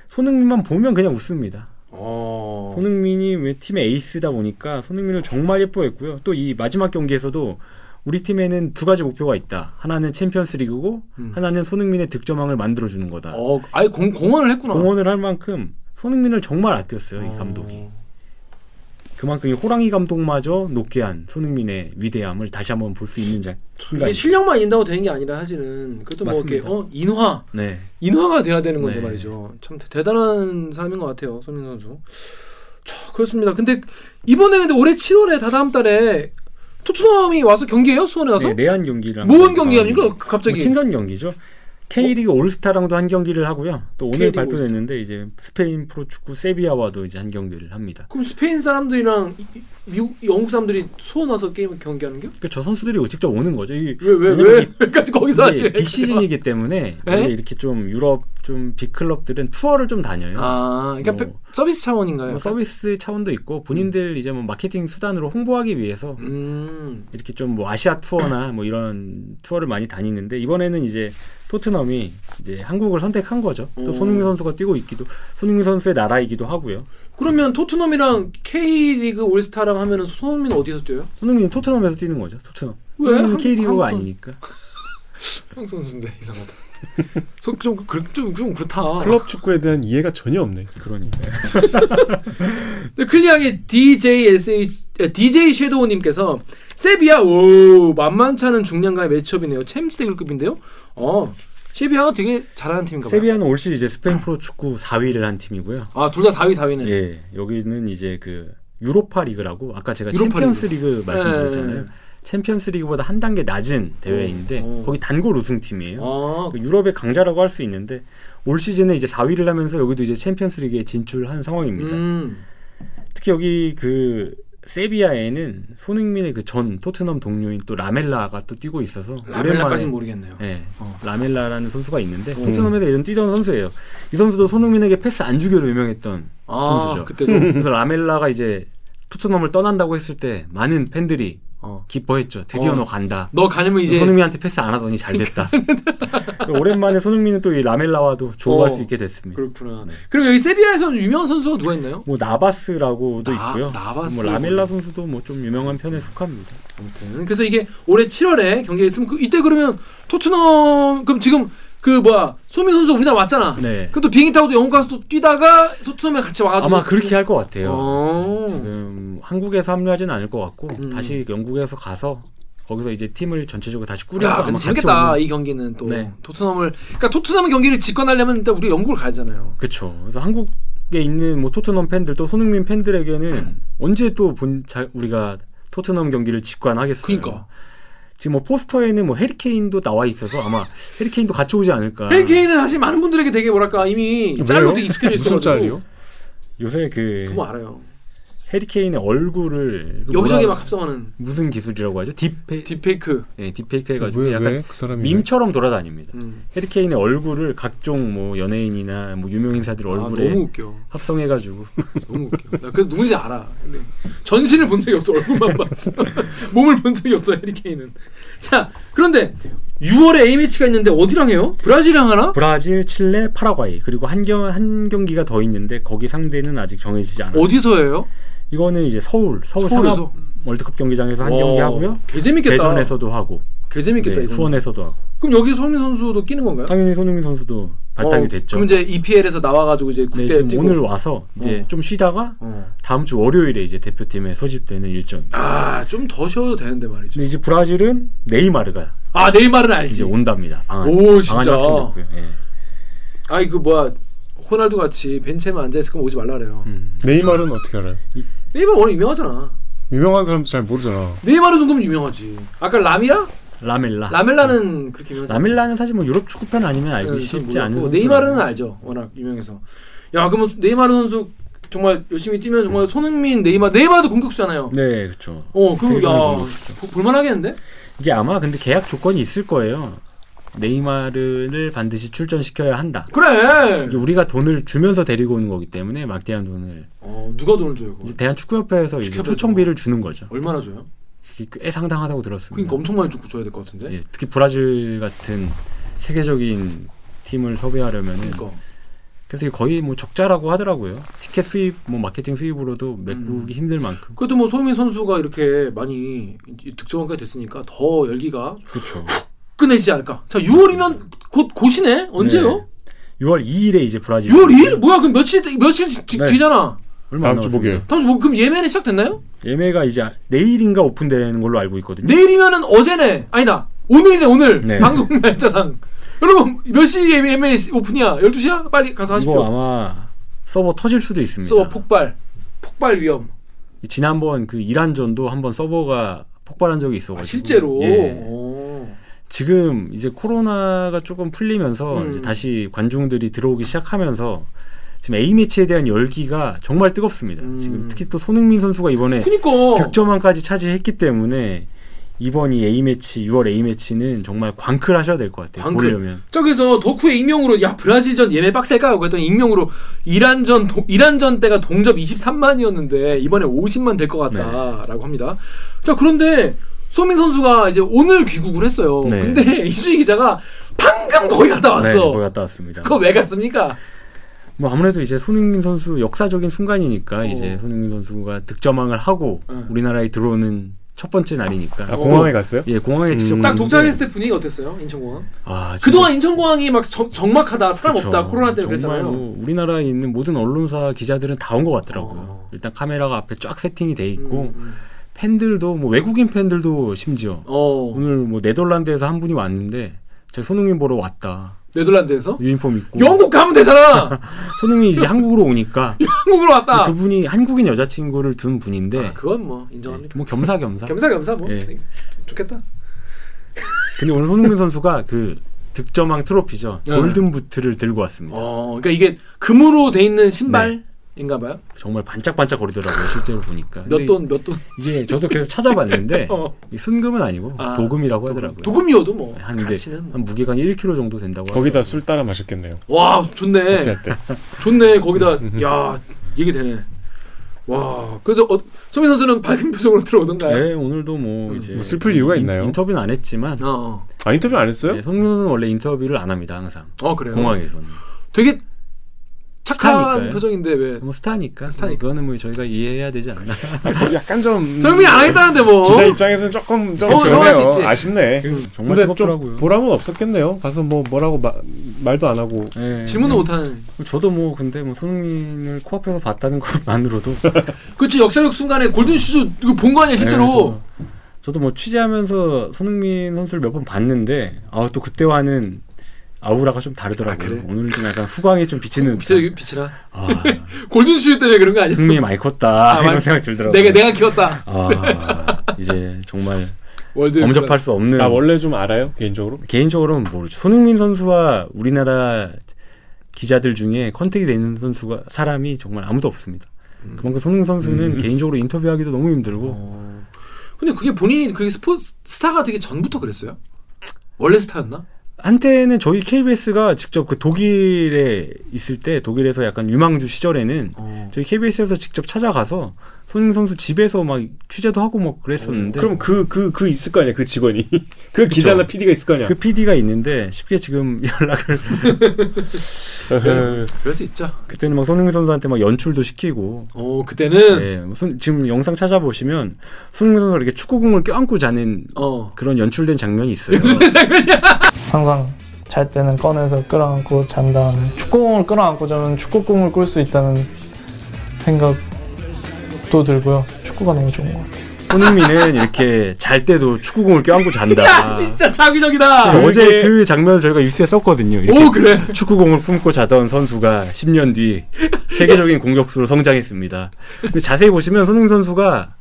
[SPEAKER 1] 손흥민만 보면 그냥 웃습니다.
[SPEAKER 2] 어.
[SPEAKER 1] 손흥민이 왜 팀의 에이스다 보니까 손흥민을 정말 예뻐했고요. 또 이 마지막 경기에서도 우리 팀에는 두 가지 목표가 있다. 하나는 챔피언스리그고
[SPEAKER 2] 음.
[SPEAKER 1] 하나는 손흥민의 득점왕을 만들어 주는 거다.
[SPEAKER 2] 어, 아예 공, 공헌을 했구나.
[SPEAKER 1] 공헌을 할 만큼 손흥민을 정말 아꼈어요,
[SPEAKER 2] 어.
[SPEAKER 1] 이 감독이. 그만큼 이 호랑이 감독마저 높게 한 손흥민의 위대함을 다시 한번 볼 수 있는 자.
[SPEAKER 2] 이게
[SPEAKER 1] 순간.
[SPEAKER 2] 실력만 있는다고 되는 게 아니라 사실은 그것도 뭐 이렇게
[SPEAKER 1] 그러니까 맞습니다.
[SPEAKER 2] 어 인화
[SPEAKER 1] 네.
[SPEAKER 2] 인화가 돼야 되는 건데
[SPEAKER 1] 네.
[SPEAKER 2] 말이죠. 참 대- 대단한 사람인 것 같아요, 손민 선수. 자, 그렇습니다. 근데 이번에 근데 올해 7월에 다다음 달에 토트넘이 와서 경기해요 수원에 와서
[SPEAKER 1] 네, 내한 경기를
[SPEAKER 2] 모은
[SPEAKER 1] 한번
[SPEAKER 2] 경기 합니까? 그
[SPEAKER 1] 해봤는데
[SPEAKER 2] 갑자기 어?
[SPEAKER 1] 뭐 친선 경기죠. K리그 올스타랑도 한 경기를 하고요. 또 오늘
[SPEAKER 2] K리그
[SPEAKER 1] 발표됐는데 이제 스페인 프로축구 세비야와도 이제 한 경기를 합니다.
[SPEAKER 2] 그럼 스페인 사람들이랑 이- 이- 미국 영국 사람들이 수원 와서 게임 경기하는 게?
[SPEAKER 1] 그 저 선수들이 직접 오는 거죠.
[SPEAKER 2] 왜왜 [laughs] 왜? 왜까지 거기서 하지?
[SPEAKER 1] 이게 비시즌이기 때문에
[SPEAKER 2] 에?
[SPEAKER 1] 원래 이렇게 좀 유럽 좀 빅클럽들은 투어를 좀 다녀요.
[SPEAKER 2] 아, 네. 그러니까
[SPEAKER 1] 뭐.
[SPEAKER 2] 페- 서비스 차원인가요?
[SPEAKER 1] 뭐 서비스 차원도 있고 본인들 이제 뭐 마케팅 수단으로 홍보하기 위해서
[SPEAKER 2] 음.
[SPEAKER 1] 이렇게 좀 뭐 아시아 투어나 뭐 이런 투어를 많이 다니는데 이번에는 이제 토트넘이 이제 한국을 선택한 거죠.
[SPEAKER 2] 오.
[SPEAKER 1] 또 손흥민 선수가 뛰고 있기도 손흥민 선수의 나라이기도 하고요.
[SPEAKER 2] 그러면 토트넘이랑 K리그 올스타랑 하면은 손흥민 어디서 뛰어요?
[SPEAKER 1] 손흥민은 토트넘에서 뛰는 거죠. 토트넘.
[SPEAKER 2] 왜?
[SPEAKER 1] 손흥민은
[SPEAKER 2] 한국-
[SPEAKER 1] K리그가
[SPEAKER 2] 한국-
[SPEAKER 1] 아니니까.
[SPEAKER 2] 한국 선수인데 [laughs] 이상하다. 좀좀 좀, 좀, 좀 그렇다.
[SPEAKER 4] 클럽 축구에 대한 이해가 전혀 없네.
[SPEAKER 1] 그러니까.
[SPEAKER 2] 네, 클리앙의 DJSH 에, DJ 섀도우님께서 세비야 오 만만찮은 중량과의 매치업이네요. 챔스대결급인데요. 어 세비야가 되게 잘하는 팀인가 봐요.
[SPEAKER 1] 세비야는 올 시즌 이제 스페인 프로축구 4위를 한 팀이고요.
[SPEAKER 2] 아둘 다 4위 4위네.
[SPEAKER 1] 예, 여기는 이제 그 유로파 리그라고 아까 제가
[SPEAKER 2] 유로파
[SPEAKER 1] 챔피언스 리그 말씀드렸잖아요.
[SPEAKER 2] 예.
[SPEAKER 1] 챔피언스 리그보다 한 단계 낮은 대회인데
[SPEAKER 2] 오.
[SPEAKER 1] 거기 단골 우승팀이에요.
[SPEAKER 2] 아
[SPEAKER 1] 그 유럽의 강자라고 할 수 있는데 올 시즌에 이제 4위를 하면서 여기도 이제 챔피언스 리그에 진출한 상황입니다.
[SPEAKER 2] 음.
[SPEAKER 1] 특히 여기 그 세비야에는 손흥민의 그 전 토트넘 동료인 또 라멜라가 또 뛰고 있어서
[SPEAKER 2] 라벨라까지는
[SPEAKER 1] 오랜만에
[SPEAKER 2] 모르겠네요.
[SPEAKER 1] 예,
[SPEAKER 2] 어.
[SPEAKER 1] 라멜라라는 선수가 있는데
[SPEAKER 2] 오.
[SPEAKER 1] 토트넘에서 예전 뛰던 선수예요. 이 선수도 손흥민에게 패스 안 주기로 유명했던
[SPEAKER 2] 아,
[SPEAKER 1] 선수죠.
[SPEAKER 2] 그때도
[SPEAKER 1] 그래서 라멜라가 이제 토트넘을 떠난다고 했을 때 많은 팬들이
[SPEAKER 2] 어.
[SPEAKER 1] 기뻐했죠. 드디어
[SPEAKER 2] 어.
[SPEAKER 1] 너 간다.
[SPEAKER 2] 너 가려면 이제
[SPEAKER 1] 손흥민한테 패스 안 하더니 잘
[SPEAKER 2] [laughs]
[SPEAKER 1] 됐다. 오랜만에 손흥민은 또 이 라멜라와도 조우할
[SPEAKER 2] 어.
[SPEAKER 1] 수 있게 됐습니다.
[SPEAKER 2] 그렇구나. 그럼 여기 세비야에서는 유명한 선수가 누가 있나요?
[SPEAKER 1] 뭐 나바스라고도
[SPEAKER 2] 나-
[SPEAKER 1] 있고요.
[SPEAKER 2] 나바스.
[SPEAKER 1] 뭐 라멜라 선수도 뭐 좀 유명한 편에 속합니다.
[SPEAKER 2] 아무튼 그래서 이게 올해 7월에 경기가 있으면 그 이때 그러면 토트넘 그럼 지금 그 뭐야 소민 선수 우리나라 왔잖아.
[SPEAKER 1] 네.
[SPEAKER 2] 그럼 또 비행기 타고 또 영국 가서 또 뛰다가 토트넘에 같이 와가지고
[SPEAKER 1] 아마 그렇게 할 것 같아요.
[SPEAKER 2] 어.
[SPEAKER 1] 지금 한국에서 합류하진 않을 것 같고
[SPEAKER 2] 음.
[SPEAKER 1] 다시 영국에서 가서 거기서 이제 팀을 전체적으로 다시 꾸려서
[SPEAKER 2] 야,
[SPEAKER 1] 아마
[SPEAKER 2] 근데
[SPEAKER 1] 같이
[SPEAKER 2] 재밌겠다
[SPEAKER 1] 오는-
[SPEAKER 2] 이 경기는 또
[SPEAKER 1] 네.
[SPEAKER 2] 토트넘을 그러니까 토트넘 경기를 집권하려면 일단 우리가 영국을 가야 되잖아요.
[SPEAKER 1] 그쵸. 그래서 한국에 있는 뭐 토트넘 팬들 또 손흥민
[SPEAKER 2] 음.
[SPEAKER 1] 팬들에게는 언제 또 본 우리가 토트넘 경기를 직관하겠어요.
[SPEAKER 2] 그러니까
[SPEAKER 1] 지금 뭐 포스터에는 뭐 해리케인도 나와 있어서 아마 해리케인도 같이 오지 않을까.
[SPEAKER 2] 헤리 케인은 사실 많은 분들에게 되게 뭐랄까 이미 짤로 되게 익숙해져 있어가지고
[SPEAKER 4] 무슨 짤이요?
[SPEAKER 1] 요새 그
[SPEAKER 2] 그거 알아요.
[SPEAKER 1] 해리케인의 얼굴을 그
[SPEAKER 2] 여기저기
[SPEAKER 1] 뭐라-
[SPEAKER 2] 막 합성하는
[SPEAKER 1] 무슨 기술이라고 하죠? 딥페
[SPEAKER 2] 딥페이크.
[SPEAKER 1] 예, 딥페이크 해가지고
[SPEAKER 4] 왜,
[SPEAKER 1] 약간
[SPEAKER 4] 왜? 그 사람이 왜?
[SPEAKER 1] 밈처럼 돌아다닙니다.
[SPEAKER 2] 음.
[SPEAKER 1] 해리케인의 얼굴을 각종 뭐 연예인이나 뭐 유명 인사들 얼굴에
[SPEAKER 2] 아, 너무 웃겨.
[SPEAKER 1] 합성해가지고
[SPEAKER 2] 너무 웃겨. 나 그래서 누군지 알아. 근데 전신을 본 적이 없어. 얼굴만 봤어. [laughs] 몸을 본 적이 없어. 해리케인은. 자, 그런데 6월에 A 매치가 있는데 어디랑 해요? 브라질이랑 하나?
[SPEAKER 1] 브라질, 칠레, 파라과이 그리고 한경 한 경기가 더 있는데 거기 상대는 아직 정해지지 않아요.
[SPEAKER 2] 어디서 해요?
[SPEAKER 1] 이거는 이제 서울 서울
[SPEAKER 2] 서울에서?
[SPEAKER 1] 산업 월드컵 경기장에서 한
[SPEAKER 2] 어,
[SPEAKER 1] 경기 하고요.
[SPEAKER 2] 개 재밌겠다.
[SPEAKER 1] 대전에서도 하고
[SPEAKER 2] 개 재밌겠다.
[SPEAKER 1] 네,
[SPEAKER 2] 이거는.
[SPEAKER 1] 수원에서도 하고
[SPEAKER 2] 그럼 여기 손흥민 선수도 끼는 건가요?
[SPEAKER 1] 당연히 손흥민 선수도 발탁이
[SPEAKER 2] 어,
[SPEAKER 1] 됐죠.
[SPEAKER 2] 그럼 이제 EPL에서 나와가지고 이제
[SPEAKER 1] 네,
[SPEAKER 2] 국대
[SPEAKER 1] 지금
[SPEAKER 2] 뛰고.
[SPEAKER 1] 오늘 와서 이제
[SPEAKER 2] 어.
[SPEAKER 1] 좀 쉬다가
[SPEAKER 2] 어.
[SPEAKER 1] 다음 주 월요일에 이제 대표팀에 소집되는 일정입니다.
[SPEAKER 2] 아, 좀 더 쉬어도 되는데 말이죠.
[SPEAKER 1] 근데 이제 브라질은 네이마르가
[SPEAKER 2] 아, 네이마르는 알지.
[SPEAKER 1] 네. 이제 온답니다. 방안.
[SPEAKER 2] 오,
[SPEAKER 1] 방안이
[SPEAKER 2] 진짜?
[SPEAKER 1] 확정됐고요. 예.
[SPEAKER 2] 아, 이거 뭐야? 호날두 같이 벤체만 앉아 있을 거면 오지 말라 그래요.
[SPEAKER 1] 음.
[SPEAKER 4] 네이마르는 어떻게 알아요?
[SPEAKER 2] 네이마르 워낙 유명하잖아.
[SPEAKER 4] 유명한 사람도 잘 모르잖아.
[SPEAKER 2] 네이마르 정도면 유명하지. 아까 라미라?
[SPEAKER 1] 라멜라.
[SPEAKER 2] 라멜라는 그렇게 유명하지. 않죠.
[SPEAKER 1] 아, 라멜라는 사실 뭐 유럽 축구편 아니면
[SPEAKER 2] 예,
[SPEAKER 1] 알기
[SPEAKER 2] 전
[SPEAKER 1] 쉽지
[SPEAKER 2] 몰랐고.
[SPEAKER 1] 않은 선수라고.
[SPEAKER 2] 네이마르는 알죠. 워낙 유명해서. 야, 그러면 네이마르 선수 정말 열심히 뛰면 정말 손흥민, 네이마르, 네이마르도 공격수잖아요.
[SPEAKER 1] 네, 그렇죠.
[SPEAKER 2] 어, 그럼
[SPEAKER 1] 되게
[SPEAKER 2] 야,
[SPEAKER 1] 잘하는 선수죠.
[SPEAKER 2] 보- 볼만하겠는데?
[SPEAKER 1] 이게 아마 근데 계약 조건이 있을 거예요. 네이마르를 반드시 출전시켜야 한다.
[SPEAKER 2] 그래.
[SPEAKER 1] 이게 우리가 돈을 주면서 데리고 오는 거기 때문에 막대한 돈을
[SPEAKER 2] 어, 누가 돈을 줘요, 그거?
[SPEAKER 1] 이제 대한축구협회에서 이제
[SPEAKER 2] 축협에서.
[SPEAKER 1] 초청비를 주는 거죠.
[SPEAKER 2] 얼마나 줘요?
[SPEAKER 1] 이게 꽤 상당하다고 들었습니다.
[SPEAKER 2] 그러니까 엄청 많이 주고 줘야 될 것 같은데.
[SPEAKER 1] 예, 특히 브라질 같은 세계적인 팀을 섭외하려면 은
[SPEAKER 2] 그러니까.
[SPEAKER 1] 그래서 이게 거의 뭐 적자라고 하더라고요. 티켓 수입, 뭐 마케팅 수입으로도 메꾸기 힘들 만큼.
[SPEAKER 2] 그래도 뭐 소민 선수가 이렇게 많이 이- 득점왕까지 됐으니까 더 열기가
[SPEAKER 1] 그렇죠.
[SPEAKER 2] 끝내지 않을까. 자, 6월이면 곧 곧이네. 언제요?
[SPEAKER 1] 6월 2일에 이제 브라질.
[SPEAKER 2] 6월 2일? 뭐야? 그럼 며칠 뒤- 며칠 뒤,
[SPEAKER 1] 네.
[SPEAKER 2] 뒤잖아.
[SPEAKER 1] 얼마 안
[SPEAKER 4] 다음 주
[SPEAKER 1] 남았습니다.
[SPEAKER 4] 목요일.
[SPEAKER 2] 다음 주 뭐, 그럼 예매는 시작됐나요?
[SPEAKER 1] 예매가 이제 내일인가 오픈되는 걸로 알고
[SPEAKER 2] 네?
[SPEAKER 1] 있거든요.
[SPEAKER 2] 내일이면은 어제네. 아니다. 오늘이네, 오늘.
[SPEAKER 1] 네.
[SPEAKER 2] 방송 [laughs] 날짜상. 여러분, 몇 시에 예매 오픈이야? 12시야? 빨리
[SPEAKER 1] 이거
[SPEAKER 2] 가서 하십시오.
[SPEAKER 1] 뭐 아마 서버 터질 수도 있습니다.
[SPEAKER 2] 서버 폭발. 폭발 위험.
[SPEAKER 1] 지난번 그 이란전도 한번 서버가 폭발한 적이 있어가지고
[SPEAKER 2] 아, 실제로. 어.
[SPEAKER 1] 예.
[SPEAKER 2] 오.
[SPEAKER 1] 지금 이제 코로나가 조금 풀리면서
[SPEAKER 2] 음.
[SPEAKER 1] 이제 다시 관중들이 들어오기 시작하면서 지금 A 매치에 대한 열기가 정말 뜨겁습니다.
[SPEAKER 2] 음. 어.
[SPEAKER 1] 지금 특히 또 손흥민 선수가 이번에
[SPEAKER 2] 그니까.
[SPEAKER 1] 득점왕까지 차지했기 때문에 이번 이 A 매치 6월 A 매치는 정말 광클 하셔야 될 것 같아요.
[SPEAKER 2] 광클.
[SPEAKER 1] 보려면
[SPEAKER 2] 저기서 덕후의 익명으로 야 브라질전 예매 빡셀까요? 그랬더니 익명으로 이란전 도- 이란전 때가 동접 23만이었는데 이번에 50만 될 것
[SPEAKER 1] 네.
[SPEAKER 2] 같다라고 합니다. 자 그런데 소민 선수가 이제 오늘 귀국을 했어요.
[SPEAKER 1] 네.
[SPEAKER 2] 근데 [laughs] 이주희 기자가 방금 거기 갔다 왔어.
[SPEAKER 1] 네, 거기 갔다 왔습니다.
[SPEAKER 2] 그거 왜 갔습니까?
[SPEAKER 1] 뭐 아무래도 이제 손흥민 선수 역사적인
[SPEAKER 2] 어.
[SPEAKER 1] 순간이니까 이제 손흥민 선수가 득점왕을 하고
[SPEAKER 2] 응.
[SPEAKER 1] 우리나라에 들어오는 첫 번째 날이니까
[SPEAKER 4] 아 공항에 갔어요?
[SPEAKER 1] 예 공항에 직접
[SPEAKER 4] 음.
[SPEAKER 2] 딱
[SPEAKER 1] 갔는데
[SPEAKER 2] 도착했을 때 분위기 어땠어요? 인천공항?
[SPEAKER 1] 아, 진짜
[SPEAKER 2] 그동안 인천공항이 막 적- 적막하다, 사람
[SPEAKER 1] 그쵸.
[SPEAKER 2] 없다, 코로나 때문에
[SPEAKER 1] 정말
[SPEAKER 2] 그랬잖아요.
[SPEAKER 1] 뭐 우리나라에 있는 모든 언론사 기자들은 다 온 것 같더라고요.
[SPEAKER 2] 어.
[SPEAKER 1] 일단 카메라가 앞에 쫙 세팅이 돼 있고
[SPEAKER 2] 음, 음.
[SPEAKER 1] 팬들도 뭐 외국인 팬들도 심지어
[SPEAKER 2] 어
[SPEAKER 1] 오늘 뭐 네덜란드에서 한 분이 왔는데 제가 손흥민 보러 왔다
[SPEAKER 2] 네덜란드에서
[SPEAKER 1] 유니폼 입고
[SPEAKER 2] 영국
[SPEAKER 1] [laughs]
[SPEAKER 2] 가면 되잖아.
[SPEAKER 1] 손흥민 이제 한국으로 오니까
[SPEAKER 2] 한국으로 왔다.
[SPEAKER 1] 그분이 한국인 여자친구를 둔 분인데
[SPEAKER 2] 아, 그건 뭐 인정합니다.
[SPEAKER 1] 뭐 겸사겸사
[SPEAKER 2] 겸사겸사 뭐
[SPEAKER 1] 예.
[SPEAKER 2] 좋겠다.
[SPEAKER 1] 근데 오늘 손흥민 선수가 그 득점왕 트로피죠.
[SPEAKER 2] 네.
[SPEAKER 1] 골든 부트를 들고 왔습니다.
[SPEAKER 2] 어, 그러니까 이게 금으로 돼 있는
[SPEAKER 1] 네.
[SPEAKER 2] 신발인가봐요.
[SPEAKER 1] 정말 반짝반짝 거리더라고요. 실제로 보니까. 아, 근데
[SPEAKER 2] 몇 돈 몇 돈.
[SPEAKER 1] 이제 저도 계속 찾아봤는데
[SPEAKER 2] 어.
[SPEAKER 1] 이 순금은 아니고
[SPEAKER 2] 아,
[SPEAKER 1] 도금이라고 하더라고요.
[SPEAKER 2] 도금이어도 뭐
[SPEAKER 1] 한 근데
[SPEAKER 2] 가치는 뭐.
[SPEAKER 1] 한 무게가 한 1kg 정도 된다고.
[SPEAKER 4] 거기다
[SPEAKER 1] 하더라고요.
[SPEAKER 4] 술 따라 마셨겠네요.
[SPEAKER 2] 와
[SPEAKER 4] 그때
[SPEAKER 2] 좋네,
[SPEAKER 4] 그때.
[SPEAKER 1] 음.
[SPEAKER 2] 좋네 거기다 야 얘기 되네. 와, 그래서 어, 소민 선수는 밝은 표정으로 들어오던가요?
[SPEAKER 1] 네, 오늘도 뭐 이제
[SPEAKER 4] 뭐 슬플 이유가
[SPEAKER 1] 인-
[SPEAKER 4] 있나요?
[SPEAKER 1] 인터뷰는 안 했지만
[SPEAKER 2] 어, 어,
[SPEAKER 4] 아 인터뷰 안 했어요?
[SPEAKER 1] 네, 성준은 원래 인터뷰를 안 합니다 항상
[SPEAKER 2] 어
[SPEAKER 4] 네.
[SPEAKER 2] 그래요.
[SPEAKER 1] 공항에서는
[SPEAKER 2] 되게 착한
[SPEAKER 1] 스타니까요.
[SPEAKER 2] 표정인데 왜?
[SPEAKER 1] 뭐 스타니까
[SPEAKER 2] 스타니까.
[SPEAKER 1] 그거는 뭐 저희가 이해해야 되지
[SPEAKER 4] [laughs]
[SPEAKER 1] 않나
[SPEAKER 4] 약간 좀
[SPEAKER 2] 설명이 안 하겠다는데 뭐.
[SPEAKER 4] 기자 입장에서는 조금 좀
[SPEAKER 2] 서- 서운할 수 있지.
[SPEAKER 4] 그러네요. 아쉽네.
[SPEAKER 1] 정말
[SPEAKER 4] 근데 좀
[SPEAKER 1] 뜨겁더라고요.
[SPEAKER 4] 보람은 없었겠네요. 가서 뭐 뭐라고 마- 말도 안 하고
[SPEAKER 1] 네,
[SPEAKER 2] 질문을
[SPEAKER 1] 네.
[SPEAKER 2] 못하는.
[SPEAKER 1] 저도 뭐 근데 뭐 손흥민을 코앞에서 봤다는 것만으로도
[SPEAKER 2] 아, 그치 역사적 순간에 골든 슈즈 이거 본 거 아니야 실제로.
[SPEAKER 1] 네, 그래서 저도 뭐 취재하면서 손흥민 선수를 몇 번 봤는데 아또 그때와는 아우라가 좀 다르더라고요.
[SPEAKER 2] 아, 그래? 그,
[SPEAKER 1] 오늘은 좀 약간 후광이 좀 비치는
[SPEAKER 2] 빛이
[SPEAKER 1] 듯한.
[SPEAKER 2] 빛이라.
[SPEAKER 1] 아,
[SPEAKER 2] 골든 슈즈 때문에 그런 거 아니야?
[SPEAKER 1] 흥미 많이
[SPEAKER 2] 아,
[SPEAKER 1] 컸다
[SPEAKER 2] 많이-
[SPEAKER 1] 이런 생각이 들더라고요.
[SPEAKER 2] 내가 내가 키웠다.
[SPEAKER 1] 아 이제 정말
[SPEAKER 2] 월드
[SPEAKER 1] 범접할
[SPEAKER 2] 클래스.
[SPEAKER 1] 수 없는.
[SPEAKER 4] 나 원래 좀 알아요 개인적으로.
[SPEAKER 1] 개인적으로는 모르죠. 손흥민 선수와 우리나라 기자들 중에 컨택이 되는 선수가 사람이 정말 아무도 없습니다. 그만큼 손흥민 선수는 개인적으로 인터뷰하기도 너무 힘들고
[SPEAKER 2] 근데 그게 본인이 그게 스포츠 스타가 되기 전부터 그랬어요? 원래 스타였나?
[SPEAKER 1] 한때는 저희 KBS가 직접 그 독일에 있을 때 독일에서 약간 유망주 시절에는
[SPEAKER 2] 어.
[SPEAKER 1] 저희 KBS에서 직접 찾아가서 손흥민 선수 집에서 막 취재도 하고 막 그랬었는데
[SPEAKER 4] 그럼 그 그 그 있을 거 아니야 그 직원이 [laughs] 그 기자나 PD가 있을 거 아니야.
[SPEAKER 1] 그 PD가 있는데 쉽게 지금 [laughs] 연락을 네.
[SPEAKER 4] 에헤.
[SPEAKER 2] 그럴 수 있죠.
[SPEAKER 1] 그때는 막 손흥민 선수한테 막 연출도 시키고
[SPEAKER 2] 어 그때는
[SPEAKER 1] 예, 손- 지금 영상 찾아보시면 손흥민 선수가 이렇게 축구공을 껴안고 자는
[SPEAKER 2] 어 [laughs]
[SPEAKER 1] 그런 연출된 장면이 있어요.
[SPEAKER 5] 항상 잘 때는 꺼내서 끌어안고 잔 다음에 축구공을 끌어안고 자면 축구 꿈을 꿀 수 있다는 생각도 들고요. 축구가 너무 좋은 것 같아요.
[SPEAKER 1] 손흥민은 이렇게 잘 때도 축구공을 껴안고 잔다.
[SPEAKER 2] 야 진짜 아, 자기적이다.
[SPEAKER 1] 어제 그 장면을 저희가 뉴스에 썼거든요. 이렇게
[SPEAKER 2] 오 그래.
[SPEAKER 1] [laughs] 축구공을 품고 자던 선수가 10년 뒤 세계적인 공격수로 성장했습니다. 근데 자세히 보시면 손흥민 선수가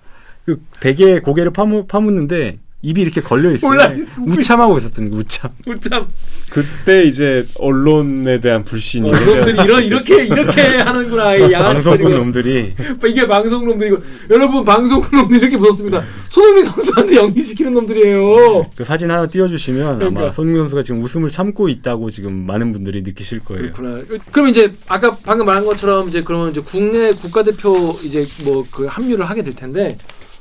[SPEAKER 1] 그 베개에 고개를 파무, 파묻는데 입이 이렇게 걸려 있어요.
[SPEAKER 2] 몰라, 있어, 웃고
[SPEAKER 1] 우참하고 있었던 거, 우참.
[SPEAKER 2] 우참.
[SPEAKER 4] 그때 이제 언론에 대한
[SPEAKER 1] 어,
[SPEAKER 2] [laughs]
[SPEAKER 4] 불신이
[SPEAKER 2] 이런 이런 이렇게 이렇게 하는구나 이 양아치
[SPEAKER 1] 뭐, 방송국
[SPEAKER 2] 소리가.
[SPEAKER 1] 놈들이
[SPEAKER 2] 뭐 이게 방송 놈들이고 여러분 방송 놈들 이렇게 무섭습니다. 손흥민 선수한테 영리시키는 놈들이에요.
[SPEAKER 1] 그 사진 하나 띄워주시면
[SPEAKER 2] 그러니까.
[SPEAKER 1] 아마 손흥민 선수가 지금 웃음을 참고 있다고 지금 많은 분들이 느끼실 거예요.
[SPEAKER 2] 그렇구나. 그럼 이제 아까 방금 말한 것처럼 이제 그러면 이제 국내 국가대표 이제 뭐 그 합류를 하게 될 텐데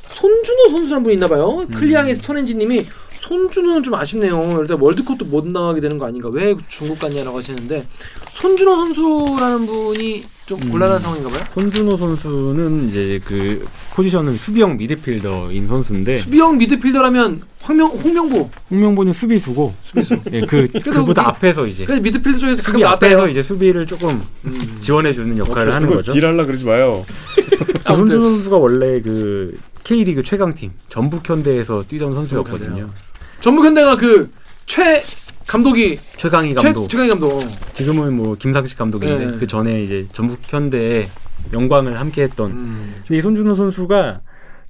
[SPEAKER 2] 손준호 선수란 분이 있나 봐요.
[SPEAKER 1] 음.
[SPEAKER 2] 클리앙의 스톤엔지님이 손준호는 좀 아쉽네요. 일단 월드컵도 못 나가게 되는 거 아닌가? 왜 중국 갔냐라고 하시는데 손준호 선수라는 분이 좀
[SPEAKER 1] 음.
[SPEAKER 2] 곤란한 상황인가 봐요.
[SPEAKER 1] 손준호 선수는 이제 그 포지션은 수비형 미드필더인 선수인데
[SPEAKER 2] 수비형 미드필더라면 황명 홍명보
[SPEAKER 1] 홍명보는 수비수고
[SPEAKER 2] 수비수.
[SPEAKER 1] 예, 그 그보다
[SPEAKER 2] 우리-
[SPEAKER 1] 앞에서 이제
[SPEAKER 2] 그래서 미드필더 쪽에서 가끔
[SPEAKER 1] 네. 수비
[SPEAKER 2] 나왔다 해서
[SPEAKER 1] 앞에서 이제 수비를 조금
[SPEAKER 2] 음.
[SPEAKER 1] 지원해주는 역할을 하는
[SPEAKER 4] 그거
[SPEAKER 1] 거죠.
[SPEAKER 4] 딜하려 그러지 마요.
[SPEAKER 2] 아무튼.
[SPEAKER 1] 손준호 선수가 원래 그 K리그 최강팀 전북현대에서 뛰던 선수였거든요.
[SPEAKER 2] 전북현대가 그 최 감독이
[SPEAKER 1] 최강희
[SPEAKER 2] 최
[SPEAKER 1] 감독.
[SPEAKER 2] 최강희 감독. 어.
[SPEAKER 1] 지금은 뭐 김상식 감독인데
[SPEAKER 2] 네.
[SPEAKER 1] 그 전에 이제 전북현대의 영광을 함께했던
[SPEAKER 2] 음.
[SPEAKER 1] 근데 이 손준호 선수가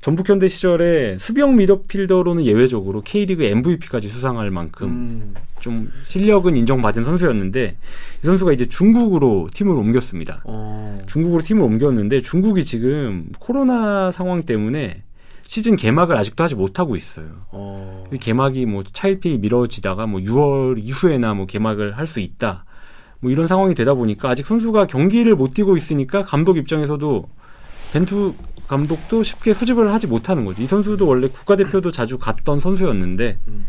[SPEAKER 1] 전북현대 시절에 수비형 미드필더로는 예외적으로 K리그 MVP까지 수상할 만큼
[SPEAKER 2] 음.
[SPEAKER 1] 좀 실력은 인정받은 선수였는데 이 선수가 이제 중국으로 팀을 옮겼습니다.
[SPEAKER 2] 어.
[SPEAKER 1] 중국으로 팀을 옮겼는데 중국이 지금 코로나 상황 때문에 시즌 개막을 아직도 하지 못하고 있어요.
[SPEAKER 2] 어.
[SPEAKER 1] 이 개막이 뭐 차일피 미뤄지다가 뭐 6월 이후에나 뭐 개막을 할 수 있다. 뭐 이런 상황이 되다 보니까 아직 선수가 경기를 못 뛰고 있으니까 감독 입장에서도 벤투 감독도 쉽게 수집을 하지 못하는 거죠. 이 선수도 원래 국가대표도 자주 갔던 선수였는데
[SPEAKER 2] 음.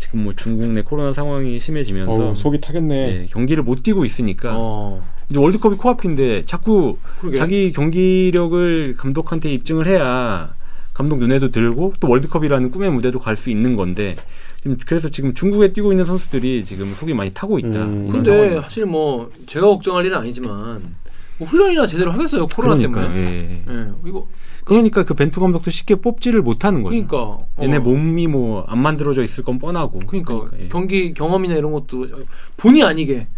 [SPEAKER 1] 지금 뭐 중국 내 코로나 상황이 심해지면서
[SPEAKER 4] 어우, 속이 타겠네.
[SPEAKER 1] 예, 경기를 못 뛰고 있으니까
[SPEAKER 2] 어.
[SPEAKER 1] 이제 월드컵이 코앞인데 자꾸
[SPEAKER 2] 그러게.
[SPEAKER 1] 그러니까 자기 경기력을 감독한테 입증을 해야 감독 눈에도 들고 또 월드컵이라는 꿈의 무대도 갈 수 있는 건데 지금 그래서 지금 중국에 뛰고 있는 선수들이 지금 속이 많이 타고 있다.
[SPEAKER 4] 음.
[SPEAKER 1] 이런
[SPEAKER 2] 근데
[SPEAKER 1] 상황.
[SPEAKER 2] 사실 뭐 제가 걱정할 일은 아니지만 뭐 훈련이나 제대로 하겠어요 코로나
[SPEAKER 1] 그러니까
[SPEAKER 2] 때문에.
[SPEAKER 1] 예.
[SPEAKER 2] 예. 이거
[SPEAKER 1] 그러니까 그 벤투 감독도 쉽게 뽑지를 못하는 거예요.
[SPEAKER 2] 그러니까 어.
[SPEAKER 1] 얘네 몸이 뭐 안 만들어져 있을 건 뻔하고.
[SPEAKER 2] 그러니까,
[SPEAKER 1] 예.
[SPEAKER 2] 경기 경험이나 이런 것도 본의 아니게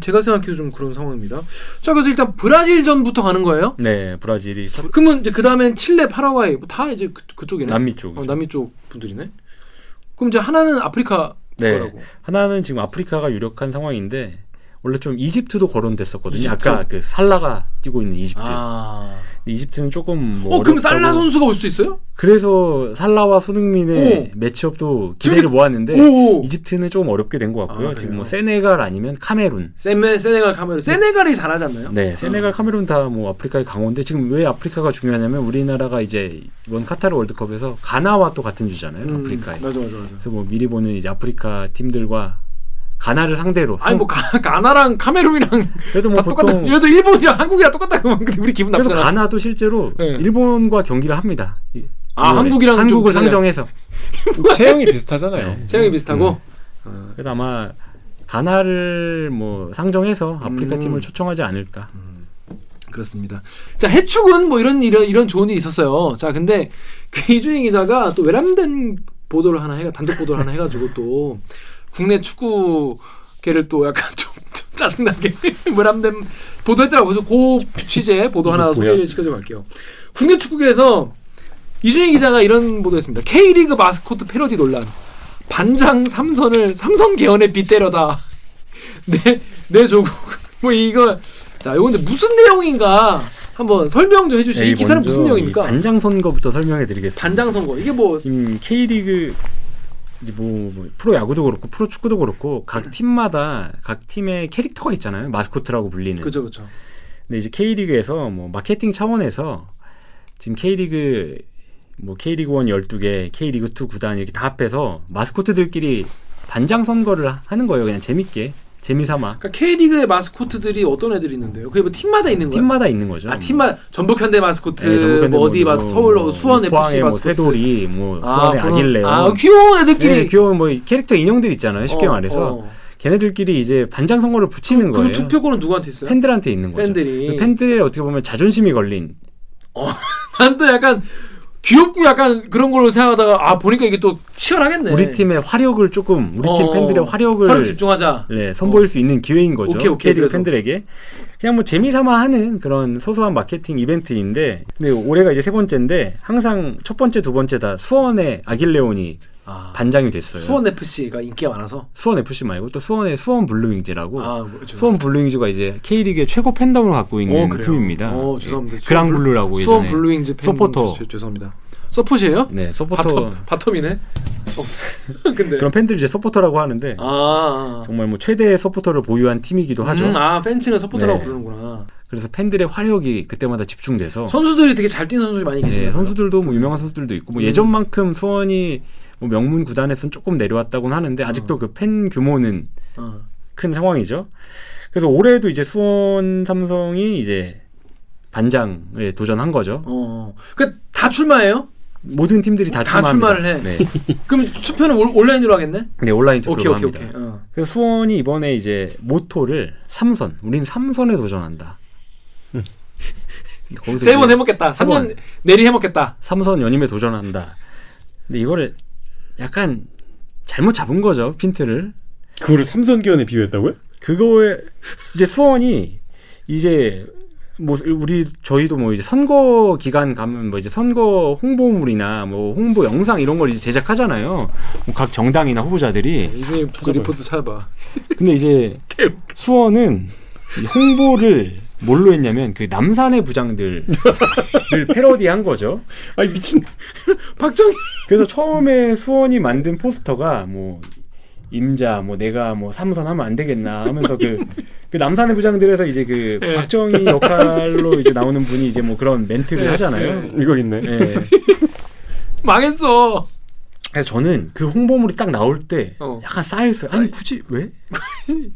[SPEAKER 2] 제가 생각해도 좀 그런 상황입니다. 자 그래서 일단 브라질전부터 가는 거예요.
[SPEAKER 1] 네 브라질이 첫-
[SPEAKER 2] 그러면 이제 그 다음엔 칠레, 파라과이 뭐다 이제 그, 그쪽이네.
[SPEAKER 1] 남미 쪽.
[SPEAKER 2] 어,
[SPEAKER 1] 이
[SPEAKER 2] 남미 쪽 분들이네. 그럼 이제 하나는 아프리카
[SPEAKER 1] 네.
[SPEAKER 2] 거라고.
[SPEAKER 1] 하나는 지금 아프리카가 유력한 상황인데 원래 좀 이집트도 거론됐었거든요.
[SPEAKER 2] 이집트?
[SPEAKER 1] 아까 그 살라가 뛰고 있는 이집트.
[SPEAKER 2] 아.
[SPEAKER 1] 이집트는 조금 뭐
[SPEAKER 2] 어,
[SPEAKER 1] 어렵다고.
[SPEAKER 2] 그럼 살라 선수가 올 수 있어요?
[SPEAKER 1] 그래서 살라와 손흥민의 매치업도 기대를
[SPEAKER 2] 기억이-
[SPEAKER 1] 모았는데
[SPEAKER 2] 그러니까 오.
[SPEAKER 1] 네. 이집트는 조금 어렵게 된 것 같고요.
[SPEAKER 2] 아,
[SPEAKER 1] 지금
[SPEAKER 2] 그래요?
[SPEAKER 1] 뭐 세네갈 아니면 카메룬.
[SPEAKER 2] 세네, 세네갈 카메룬. 세네갈이 잘하지 않나요?
[SPEAKER 1] 네,
[SPEAKER 2] 아.
[SPEAKER 1] 세네갈, 카메룬 다 뭐 아프리카의 강호인데 지금 왜 아프리카가 중요하냐면 우리나라가 이제 이번 카타르 월드컵에서 가나와 또 같은 주잖아요.
[SPEAKER 2] 음,
[SPEAKER 1] 아프리카에.
[SPEAKER 2] 맞아, 맞아, 맞아.
[SPEAKER 1] 그래서 뭐 미리 보는 이제 아프리카 팀들과 가나를 상대로.
[SPEAKER 2] 아니 뭐 가, 가나랑 카메룬이랑
[SPEAKER 1] 그래도 뭐
[SPEAKER 2] 다 똑같다.
[SPEAKER 1] 보통
[SPEAKER 2] 이래도 일본이랑 한국이랑 똑같다 그러면 근데 우리 기분
[SPEAKER 1] 그래서
[SPEAKER 2] 나쁘잖아.
[SPEAKER 1] 가나도 실제로
[SPEAKER 2] 네.
[SPEAKER 1] 일본과 경기를 합니다. 이-
[SPEAKER 2] 아,
[SPEAKER 1] 이번에.
[SPEAKER 2] 한국이랑 좀
[SPEAKER 1] 한국을
[SPEAKER 2] 틀려요.
[SPEAKER 1] 상정해서.
[SPEAKER 6] 체형이 비슷하잖아요.
[SPEAKER 1] 네.
[SPEAKER 2] 체형이 비슷하고
[SPEAKER 1] 그래서 아마 가나를 뭐 상정해서 아프리카
[SPEAKER 2] 음.
[SPEAKER 1] 팀을 초청하지 않을까.
[SPEAKER 2] 그렇습니다. 자 해축은 뭐 이런 이런 이런 조언이 있었어요. 자 근데 그 이준희 기자가 또 외람된 보도를 하나 해가 단독 보도를 하나 해가지고 또 국내 축구계를 또 약간 좀, 좀 짜증나게 [laughs] 외람된 보도했더라고요. 그래서 그 취재 보도 하나 소개를 시켜줘 갈게요. 국내 축구계에서 이준희 기자가 이런 보도했습니다. K리그 마스코트 패러디 논란. 반장 삼선을 삼선 개헌에 빗대려다. [laughs] 내, 내 조국. [laughs] 뭐 이거 자, 요건 근데 무슨 내용인가 한번 설명 좀 해주시죠. 이 기사는
[SPEAKER 1] 먼저
[SPEAKER 2] 무슨 내용입니까?
[SPEAKER 1] 이 반장 선거부터 설명해드리겠습니다.
[SPEAKER 2] 반장 선거 이게 뭐
[SPEAKER 1] 지금 K리그 이제 뭐, 뭐 프로 야구도 그렇고 프로 축구도 그렇고 각 팀마다 각 팀의 캐릭터가 있잖아요. 마스코트라고 불리는.
[SPEAKER 2] 그죠 그죠.
[SPEAKER 1] 근데 이제 K리그에서 뭐 마케팅 차원에서 지금 K리그 뭐 K리그 1 12개, K리그 2 9단 이렇게 다 합해서 마스코트들끼리 반장 선거를 하는 거예요. 그냥 재밌게. 재미삼아.
[SPEAKER 2] 그러니까 K리그의 마스코트들이 어떤 애들이 있는데요? 그게 뭐 팀마다 있는 거예요?
[SPEAKER 1] 팀마다 있는 거죠. 뭐.
[SPEAKER 2] 아 팀마다 전북 현대 마스코트,
[SPEAKER 1] 예, 전북
[SPEAKER 2] 뭐 어디
[SPEAKER 1] 뭐
[SPEAKER 2] 마스 서울 어, 수원 FC
[SPEAKER 1] 포항의 뭐
[SPEAKER 2] 마스코트,
[SPEAKER 1] 태돌이 뭐 수원의
[SPEAKER 2] 그런-
[SPEAKER 1] 아길레 뭐.
[SPEAKER 2] 아 귀여운 애들끼리
[SPEAKER 1] 예, 귀여운 뭐 캐릭터 인형들 있잖아요. 쉽게
[SPEAKER 2] 어,
[SPEAKER 1] 말해서
[SPEAKER 2] 어.
[SPEAKER 1] 걔네들끼리 이제 반장 선거를 붙이는
[SPEAKER 2] 그럼
[SPEAKER 1] 거예요.
[SPEAKER 2] 투표권은 누구한테 있어요?
[SPEAKER 1] 팬들한테 있는 거죠.
[SPEAKER 2] 팬들이.
[SPEAKER 1] 그 팬들의 어떻게 보면 자존심이 걸린.
[SPEAKER 2] 난 또 약간 귀엽고 약간 그런 걸로 생각하다가 아 보니까 이게 또 치열하겠네.
[SPEAKER 1] 우리 팀의 화력을 조금 우리 팀
[SPEAKER 2] 어,
[SPEAKER 1] 팬들의 화력을
[SPEAKER 2] 화력 집중하자.
[SPEAKER 1] 네, 선보일 수 있는 기회인 거죠.
[SPEAKER 2] 오케이, 오케이.
[SPEAKER 1] K리그
[SPEAKER 2] 그래서.
[SPEAKER 1] 팬들에게 그냥 뭐 재미삼아 하는 그런 소소한 마케팅 이벤트인데, 근데 올해가 이제 세 번째인데 항상 첫 번째, 두 번째 다 수원의 아길레온이
[SPEAKER 2] 아,
[SPEAKER 1] 반장이 됐어요.
[SPEAKER 2] 수원 FC가 인기가 많아서.
[SPEAKER 1] 수원 FC 말고 또 수원의 수원 블루윙즈라고
[SPEAKER 2] 아, 뭐, 죄송합니다.
[SPEAKER 1] 수원 블루윙즈가 이제 K리그의 최고 팬덤을 갖고 있는
[SPEAKER 2] 그래요?
[SPEAKER 1] 팀입니다. 예,
[SPEAKER 2] 어, 죄송합니다. 수원
[SPEAKER 1] 그랑
[SPEAKER 2] 블루-
[SPEAKER 1] 블루라고
[SPEAKER 2] 수원
[SPEAKER 1] 예전에.
[SPEAKER 2] 블루윙즈 팬
[SPEAKER 1] 서포터.
[SPEAKER 2] 죄- 죄송합니다. 서포시예요?
[SPEAKER 1] 네, 서포터.
[SPEAKER 2] 바텀 바텀이네. 어, [laughs] 근데
[SPEAKER 1] 그런 팬들 이제 서포터라고 하는데
[SPEAKER 2] 아, 아.
[SPEAKER 1] 정말 뭐 최대의 서포터를 보유한 팀이기도 하죠.
[SPEAKER 2] 음, 아 팬층을 서포터라고
[SPEAKER 1] 네.
[SPEAKER 2] 부르는구나.
[SPEAKER 1] 그래서 팬들의 화력이 그때마다 집중돼서
[SPEAKER 2] 선수들이 되게 잘 뛰는 선수들이 많이 계시네요.
[SPEAKER 1] 예, 어. 선수들도
[SPEAKER 2] 그렇죠.
[SPEAKER 1] 뭐 유명한 선수들도 있고
[SPEAKER 2] 음.
[SPEAKER 1] 뭐 예전만큼 수원이 뭐 명문 구단에서는 조금 내려왔다고는 하는데 아직도 그 팬 규모는
[SPEAKER 2] 어.
[SPEAKER 1] 큰 상황이죠. 그래서 올해도 이제 수원 삼성이 이제 반장에 도전한 거죠.
[SPEAKER 2] 어. 그다 출마해요?
[SPEAKER 1] 모든 팀들이 다,
[SPEAKER 2] 다
[SPEAKER 1] 출마합니다.
[SPEAKER 2] 출마를
[SPEAKER 1] 네.
[SPEAKER 2] [laughs] 그럼 투표는 올- 온라인으로 하겠네?
[SPEAKER 1] 네, 온라인 투표로
[SPEAKER 2] 오케이 오케이
[SPEAKER 1] 합니다.
[SPEAKER 2] 오케이. 어.
[SPEAKER 1] 그래서 수원이 이번에 이제 모토를 삼선, 우린 삼선에 도전한다. [laughs] 거기서
[SPEAKER 2] 음. 세 번
[SPEAKER 1] 이제
[SPEAKER 2] 해먹겠다.
[SPEAKER 1] 세
[SPEAKER 2] 삼 년
[SPEAKER 1] 번.
[SPEAKER 2] 내리 해먹겠다.
[SPEAKER 1] 삼선 연임에 도전한다. 근데 이거를 약간 잘못 잡은 거죠 핀트를.
[SPEAKER 4] 그거를 삼선기원에 비유했다고요?
[SPEAKER 1] 그거에 이제 수원이 이제 뭐 우리 저희도 뭐 이제 선거 기간 가면 뭐 이제 선거 홍보물이나 뭐 홍보 영상 이런 걸 이제 제작하잖아요. 뭐각 정당이나 후보자들이.
[SPEAKER 2] 이제 그 리포트 찾아봐.
[SPEAKER 1] 근데 이제 수원은 이 홍보를 뭘로 했냐면 그 남산의 부장들을 패러디한 거죠.
[SPEAKER 4] 아이 미친
[SPEAKER 2] 박정희. [laughs]
[SPEAKER 1] 그래서 처음에 수원이 만든 포스터가 뭐 임자 뭐 내가 뭐 삼선 하면 안 되겠나 하면서 그, 그 남산의 부장들에서 이제 그
[SPEAKER 2] 예.
[SPEAKER 1] 박정희 역할로 이제 나오는 분이 이제 뭐 그런 멘트를
[SPEAKER 2] 네.
[SPEAKER 1] 하잖아요.
[SPEAKER 4] 이거 있네.
[SPEAKER 1] 예.
[SPEAKER 2] 망했어.
[SPEAKER 1] 그래서 저는 그 홍보물이 딱 나올 때
[SPEAKER 2] 어.
[SPEAKER 1] 약간 쌓여있어요. 아니 굳이 왜? [laughs]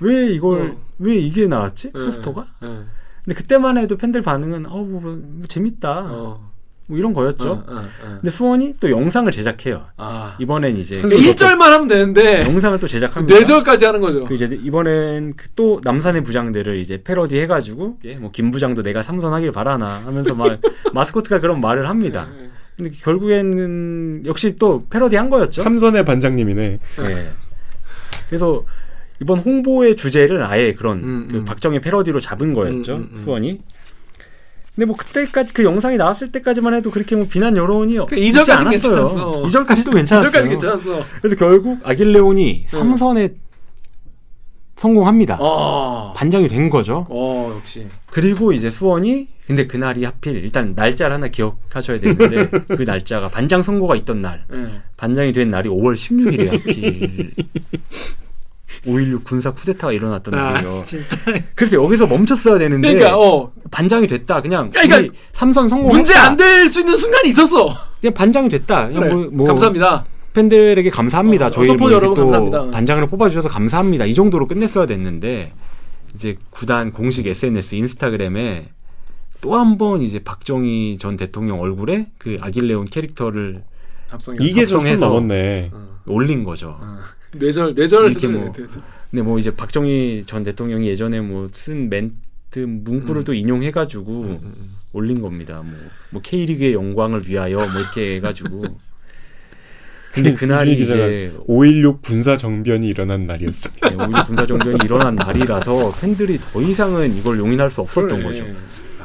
[SPEAKER 1] 왜 이걸
[SPEAKER 2] 어.
[SPEAKER 1] 왜 이게 나왔지 포스터가?
[SPEAKER 2] 예.
[SPEAKER 1] 근데 그때만 해도 팬들 반응은 어뭐 뭐, 재밌다
[SPEAKER 2] 어.
[SPEAKER 1] 뭐 이런 거였죠.
[SPEAKER 2] 어, 어, 어.
[SPEAKER 1] 근데 수원이 또 영상을 제작해요.
[SPEAKER 2] 아.
[SPEAKER 1] 이번엔 이제
[SPEAKER 2] 근데 1절만 하면 되는데
[SPEAKER 1] 영상을 또 제작합니다.
[SPEAKER 2] 4절까지 하는 거죠.
[SPEAKER 1] 그 이제 이번엔 그또 남산의 부장들을 이제 패러디 해가지고
[SPEAKER 2] 예.
[SPEAKER 1] 뭐김 부장도 내가 삼선하길 바라나 하면서
[SPEAKER 2] [laughs]
[SPEAKER 1] 막 마스코트가 그런 말을 합니다.
[SPEAKER 2] 예. 네.
[SPEAKER 1] 근데 결국에는 역시 또 패러디 한 거였죠.
[SPEAKER 4] 삼선의 반장님이네.
[SPEAKER 1] 예. 그래서 이번 홍보의 주제를 아예 그런
[SPEAKER 2] 음,
[SPEAKER 1] 그
[SPEAKER 2] 음.
[SPEAKER 1] 박정희 패러디로 잡은 거였죠
[SPEAKER 2] 음, 음, 음.
[SPEAKER 1] 수원이. 근데 뭐 그때까지 그 영상이 나왔을 때까지만 해도 그렇게 뭐 비난 여론이
[SPEAKER 2] 그
[SPEAKER 1] 있지
[SPEAKER 2] 이전까지
[SPEAKER 1] 않았어요.
[SPEAKER 2] 괜찮았어.
[SPEAKER 1] 이전까지도 괜찮았어요.
[SPEAKER 2] 절까지 괜찮았어.
[SPEAKER 1] 그래서 결국 아길레온이 삼선에 성공합니다.
[SPEAKER 2] 어.
[SPEAKER 1] 반장이 된 거죠.
[SPEAKER 2] 어, 역시.
[SPEAKER 1] 그리고 이제 수원이 근데 그날이 하필 일단 날짜를 하나 기억하셔야
[SPEAKER 2] [laughs]
[SPEAKER 1] 되는데 그 날짜가 반장 선거가 있던 날
[SPEAKER 2] 예.
[SPEAKER 1] 반장이 된 날이 5월 16일이에요 하필 5.16 군사 쿠데타가 일어났던 날이에요
[SPEAKER 2] 아, 진짜.
[SPEAKER 1] 그래서 여기서 멈췄어야 되는데
[SPEAKER 2] 그러니까 어
[SPEAKER 1] 반장이 됐다 그냥
[SPEAKER 2] 그러니까
[SPEAKER 1] 우리 삼선 성공
[SPEAKER 2] 문제 안 될 수 있는 순간이 있었어.
[SPEAKER 1] 그냥 반장이 됐다 뭐 그냥
[SPEAKER 2] 그래.
[SPEAKER 1] 뭐, 뭐
[SPEAKER 2] 감사합니다.
[SPEAKER 1] 팬들에게 감사합니다
[SPEAKER 2] 어,
[SPEAKER 1] 저희
[SPEAKER 2] 서포터
[SPEAKER 1] 뭐 이렇게
[SPEAKER 2] 여러분
[SPEAKER 1] 또
[SPEAKER 2] 감사합니다.
[SPEAKER 1] 반장으로 뽑아주셔서 감사합니다 이 정도로 끝냈어야 됐는데 이제 구단 공식 SNS 인스타그램에 또 한 번 이제 박정희 전 대통령 얼굴에 그 아길레온 캐릭터를
[SPEAKER 2] 감성이.
[SPEAKER 1] 그러니까
[SPEAKER 4] 이게 좀 선
[SPEAKER 1] 합성해서.
[SPEAKER 4] 넘었네.
[SPEAKER 1] 올린 거죠.
[SPEAKER 2] 뇌절 뇌절 네,
[SPEAKER 1] 이렇게 뭐.
[SPEAKER 2] 뇌절, 뇌절.
[SPEAKER 1] 근데 뭐 이제 박정희 전 대통령이 예전에 뭐 쓴 멘트 문구를
[SPEAKER 2] 음.
[SPEAKER 1] 또 인용해가지고 올린 겁니다. 뭐, 뭐 K리그의 영광을 위하여 뭐 이렇게 해가지고.
[SPEAKER 2] [laughs]
[SPEAKER 1] 근데 그날이
[SPEAKER 4] 기자가
[SPEAKER 1] 이제
[SPEAKER 4] 5.16 군사 정변이 일어난 날이었어.
[SPEAKER 1] 네, 오히려 군사정변이 일어난 날이라서 팬들이 더 이상은 이걸 용인할 수 없었던
[SPEAKER 2] 그래.
[SPEAKER 1] 거죠.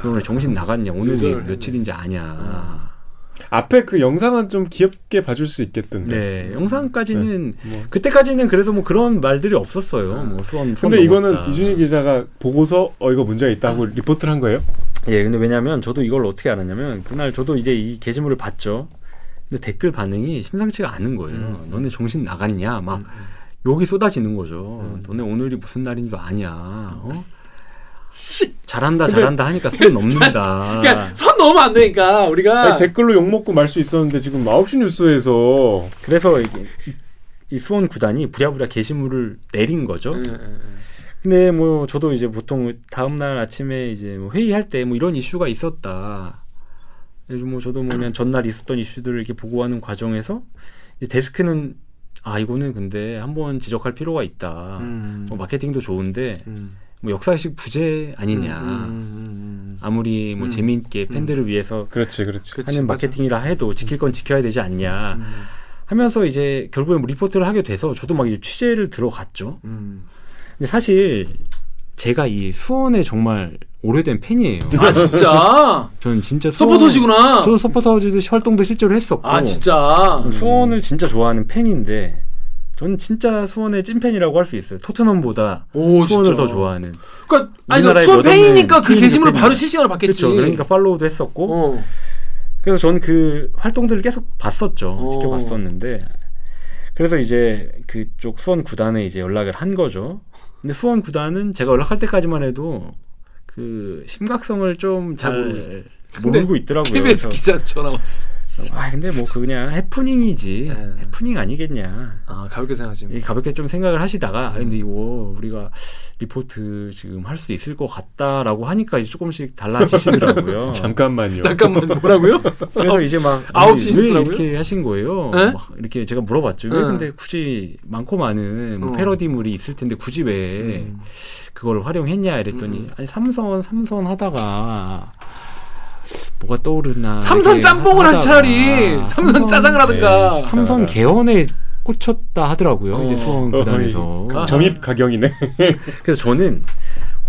[SPEAKER 1] 오늘 정신 나갔냐? 오늘이
[SPEAKER 2] 진짜요.
[SPEAKER 1] 며칠인지 아냐?
[SPEAKER 4] 앞에 그 영상은 좀 귀엽게 봐줄 수 있겠던데.
[SPEAKER 1] 네, 영상까지는
[SPEAKER 4] 네,
[SPEAKER 1] 그때까지는 그래서 뭐 그런 말들이 없었어요. 뭐 수원. 수원
[SPEAKER 4] 아. 근데 이거는
[SPEAKER 1] 넘었다. 아.
[SPEAKER 4] 이준희 기자가 보고서 어 이거 문제가 있다고 리포트를 한 거예요?
[SPEAKER 1] 예, 근데 왜냐면 저도 이걸 어떻게 알았냐면 그날 저도 이제 이 게시물을 봤죠. 근데 댓글 반응이 심상치가 않은 거예요.
[SPEAKER 4] 음.
[SPEAKER 1] 너네 정신 나갔냐? 막 욕이 쏟아지는 거죠.
[SPEAKER 4] 음.
[SPEAKER 1] 너네 오늘이 무슨 날인 줄 아냐? 어?
[SPEAKER 2] 씨.
[SPEAKER 1] 잘한다, 잘한다 하니까
[SPEAKER 4] [laughs]
[SPEAKER 1] 손 넘는다.
[SPEAKER 2] 그러니까 선 넘으면 안 되니까 우리가
[SPEAKER 4] 아니, 댓글로 욕 먹고 말 수 있었는데 지금 9시 뉴스에서
[SPEAKER 1] 그래서 이게 이- 이 수원 구단이 부랴부랴 게시물을 내린 거죠.
[SPEAKER 2] 예, 예, 예.
[SPEAKER 1] 근데 뭐 저도 이제 보통 다음 날 아침에 이제 뭐 회의할 때 뭐 이런 이슈가 있었다. 그래서 뭐 저도 뭐 그냥 전날 있었던 이슈들을 이렇게 보고하는 과정에서 이제 데스크는 아 이거는 근데 한번 지적할 필요가 있다.
[SPEAKER 2] 음.
[SPEAKER 1] 뭐 마케팅도 좋은데
[SPEAKER 2] 음.
[SPEAKER 1] 뭐 역사식 부재 아니냐.
[SPEAKER 2] 음, 음, 음,
[SPEAKER 1] 아무리 뭐
[SPEAKER 2] 음.
[SPEAKER 1] 재미있게 팬들을 위해서
[SPEAKER 4] 그렇지 그렇지.
[SPEAKER 2] 그치,
[SPEAKER 1] 하는
[SPEAKER 2] 맞아.
[SPEAKER 1] 마케팅이라 해도 지킬 건 지켜야 되지 않냐.
[SPEAKER 2] 음.
[SPEAKER 1] 하면서 이제 결국에 뭐 리포트를 하게 돼서 저도 막 이제 취재를 들어갔죠.
[SPEAKER 2] 음.
[SPEAKER 1] 근데 사실 제가 이 수원의 정말 오래된 팬이에요.
[SPEAKER 2] 아 [laughs] 진짜
[SPEAKER 1] 저는 진짜 수원-
[SPEAKER 2] 서포터시구나.
[SPEAKER 1] 저도 서포터즈 활동도 실제로 했었고. 음.
[SPEAKER 2] 아 진짜.
[SPEAKER 1] 수원을 진짜 좋아하는 팬인데 저는 진짜 수원의 찐팬이라고 할 수 있어요. 토트넘보다
[SPEAKER 2] 오,
[SPEAKER 1] 수원을
[SPEAKER 2] 진짜.
[SPEAKER 1] 더 좋아하는.
[SPEAKER 2] 그러니까 아니
[SPEAKER 1] 우리나라의
[SPEAKER 2] 수원
[SPEAKER 1] 여덟 명의
[SPEAKER 2] 팬이니까 그
[SPEAKER 1] 팬이니까
[SPEAKER 2] 게시물을 바로
[SPEAKER 1] 팬이야.
[SPEAKER 2] 실시간으로 받겠지.
[SPEAKER 1] 그렇죠. 그러니까 팔로우도 했었고.
[SPEAKER 2] 어.
[SPEAKER 1] 그래서 저는 그 활동들을 계속 봤었죠.
[SPEAKER 2] 어.
[SPEAKER 1] 지켜봤었는데. 그래서 이제 그쪽 수원 구단에 이제 연락을 한 거죠. 근데 수원 구단은 제가 연락할 때까지만 해도 그 심각성을 좀 잘 모르고 있더라고요.
[SPEAKER 2] 아, 예. KBS
[SPEAKER 1] 그래서
[SPEAKER 2] 기자 전화 왔어.
[SPEAKER 1] 아 근데 뭐 그냥 해프닝이지
[SPEAKER 2] 네.
[SPEAKER 1] 해프닝 아니겠냐
[SPEAKER 2] 아 가볍게 생각하지.
[SPEAKER 1] 이 가볍게 좀 생각을 하시다가 아 근데 이거 우리가 리포트 지금 할 수 있을 것 같다라고 하니까 이제 조금씩 달라지시더라고요.
[SPEAKER 2] [laughs]
[SPEAKER 1] [laughs]
[SPEAKER 4] 잠깐만요.
[SPEAKER 2] 잠깐만 뭐라고요?
[SPEAKER 1] 그래서 이제 막
[SPEAKER 2] 아홉
[SPEAKER 1] 아니,
[SPEAKER 2] 시
[SPEAKER 1] 왜
[SPEAKER 2] 뉴스라고요?
[SPEAKER 1] 이렇게 하신 거예요?
[SPEAKER 2] 네?
[SPEAKER 1] 막 이렇게 제가 물어봤죠. 왜
[SPEAKER 2] 네.
[SPEAKER 1] 근데 굳이 많고 많은 뭐
[SPEAKER 2] 어.
[SPEAKER 1] 패러디물이 있을 텐데 굳이 왜
[SPEAKER 2] 음.
[SPEAKER 1] 그걸 활용했냐 이랬더니
[SPEAKER 2] 음.
[SPEAKER 1] 아니 삼선 삼선 하다가 뭐가 떠오르나
[SPEAKER 2] 삼선
[SPEAKER 1] 아, 이렇게
[SPEAKER 2] 짬뽕을
[SPEAKER 1] 하다가
[SPEAKER 2] 하지
[SPEAKER 1] 예.
[SPEAKER 2] 차라리 삼선 짜장을 하든가.
[SPEAKER 4] 네.
[SPEAKER 1] 삼선 개헌에 꽂혔다 하더라고요.
[SPEAKER 2] 어. 아.
[SPEAKER 1] 이제 수원
[SPEAKER 4] 어이.
[SPEAKER 1] 구단에서.
[SPEAKER 2] 가-
[SPEAKER 4] 정입 가경이네. [laughs]
[SPEAKER 1] 그래서 저는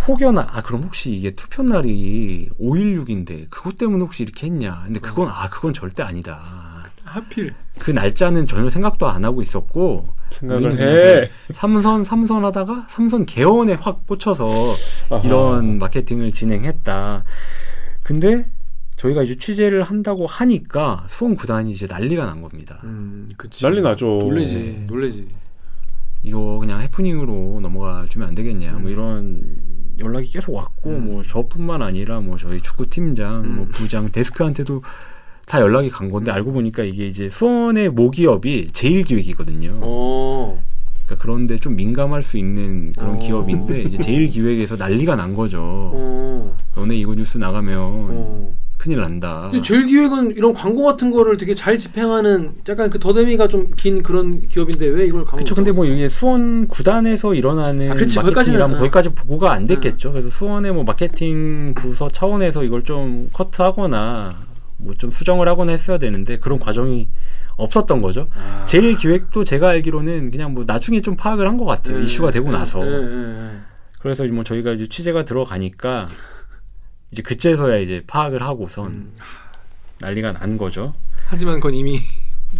[SPEAKER 1] 혹여나 아 그럼 혹시 이게 투표 날이 5.16인데 그것 때문에 혹시 이렇게 했냐?
[SPEAKER 2] 어.
[SPEAKER 1] 근데 그건 아 그건 절대 아니다.
[SPEAKER 2] 하필
[SPEAKER 1] 그 날짜는 전혀 생각도 안 하고 있었고
[SPEAKER 4] 생각을
[SPEAKER 1] 우리는
[SPEAKER 4] 해.
[SPEAKER 1] 삼선 삼선 하다가 삼선 개헌에 확 꽂혀서
[SPEAKER 4] 아하.
[SPEAKER 1] 이런 마케팅을 진행했다. 근데 저희가 이제 취재를 한다고 하니까 수원 구단이 이제 난리가 난 겁니다.
[SPEAKER 2] 음, 그치.
[SPEAKER 4] 난리 나죠.
[SPEAKER 2] 놀래지 놀래지.
[SPEAKER 1] 이거 그냥 해프닝으로 넘어가 주면 안 되겠냐 뭐 이런 연락이 계속 왔고
[SPEAKER 2] 음.
[SPEAKER 1] 뭐 저뿐만 아니라 뭐 저희 축구 팀장 뭐
[SPEAKER 2] 음.
[SPEAKER 1] 부장 데스크한테도 다 연락이 간 건데 알고 보니까 이게 이제 수원의 모기업이 제일 기획이거든요.
[SPEAKER 2] 어.
[SPEAKER 1] 그러니까 그런데 좀 민감할 수 있는 그런
[SPEAKER 2] 어.
[SPEAKER 1] 기업인데 이제 제일 기획에서 난리가 난 거죠.
[SPEAKER 2] 어.
[SPEAKER 1] 너네 이거 뉴스 나가면
[SPEAKER 2] 어.
[SPEAKER 1] 큰일 난다.
[SPEAKER 2] 근데 제일 기획은 이런 광고 같은 거를 되게 잘 집행하는 약간 그 더데미가 좀 긴 그런 기업인데 왜 이걸 광고?
[SPEAKER 1] 그렇죠. 근데 뭐 이게 수원 구단에서 일어나는 음.
[SPEAKER 2] 아, 그치. 거기까지는,
[SPEAKER 1] 마케팅이라면
[SPEAKER 2] 응.
[SPEAKER 1] 거기까지 보고가 안 됐겠죠. 그래서 수원의 뭐 마케팅 부서 차원에서 이걸 좀 커트하거나 뭐 좀 수정을 하거나 했어야 되는데 그런 과정이 없었던 거죠.
[SPEAKER 2] 아.
[SPEAKER 1] 제일 기획도 제가 알기로는 그냥 뭐 나중에 좀 파악을 한 것 같아요.
[SPEAKER 2] 예,
[SPEAKER 1] 이슈가 되고
[SPEAKER 2] 예,
[SPEAKER 1] 나서.
[SPEAKER 2] 예, 예, 예.
[SPEAKER 1] 그래서 뭐 저희가 이제 취재가 들어가니까 이제 그제서야 이제 파악을 하고선
[SPEAKER 2] 음.
[SPEAKER 1] 난리가 난 거죠.
[SPEAKER 2] 하지만 그건 이미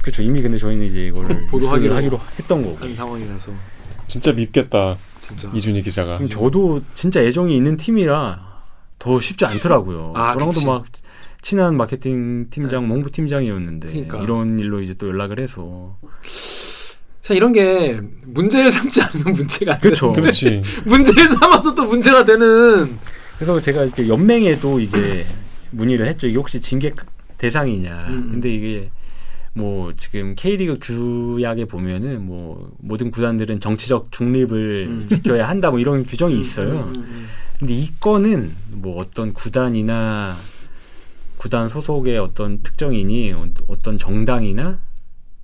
[SPEAKER 1] 그렇죠. 이미 근데 저희는 이제 이거를
[SPEAKER 2] [laughs] 보도하기로.
[SPEAKER 1] 보도하기로 했던 거고.
[SPEAKER 2] 한 상황이라서.
[SPEAKER 1] 아.
[SPEAKER 4] 진짜 밉겠다.
[SPEAKER 2] 진짜.
[SPEAKER 6] 이준희 기자가.
[SPEAKER 1] 그럼 저도 진짜 애정이 있는 팀이라 더 쉽지 않더라고요.
[SPEAKER 2] 아,
[SPEAKER 1] 저랑도
[SPEAKER 2] 그치. 네.
[SPEAKER 1] 막 친한 마케팅 팀장, 홍보 팀장이었는데
[SPEAKER 2] 그러니까.
[SPEAKER 1] 이런 일로 이제 또 연락을 해서
[SPEAKER 2] 자 이런 게 문제를 삼지 않으면 문제가 안 돼.
[SPEAKER 1] 그렇죠.
[SPEAKER 6] 그렇지.
[SPEAKER 2] 문제를 삼아서 또 문제가 되는.
[SPEAKER 1] 그래서 제가 이렇게 연맹에도 이제 문의를 했죠. 이게 혹시 징계 대상이냐.
[SPEAKER 2] 음, 음.
[SPEAKER 1] 근데 이게 뭐 지금 K리그 규약에 보면은 뭐 모든 구단들은 정치적 중립을
[SPEAKER 2] 음. [laughs]
[SPEAKER 1] 지켜야 한다 뭐 이런 규정이 있어요.
[SPEAKER 2] 음, 음, 음.
[SPEAKER 1] 근데 이 건은 뭐 어떤 구단이나 구단 소속의 어떤 특정인이 어- 어떤 정당이나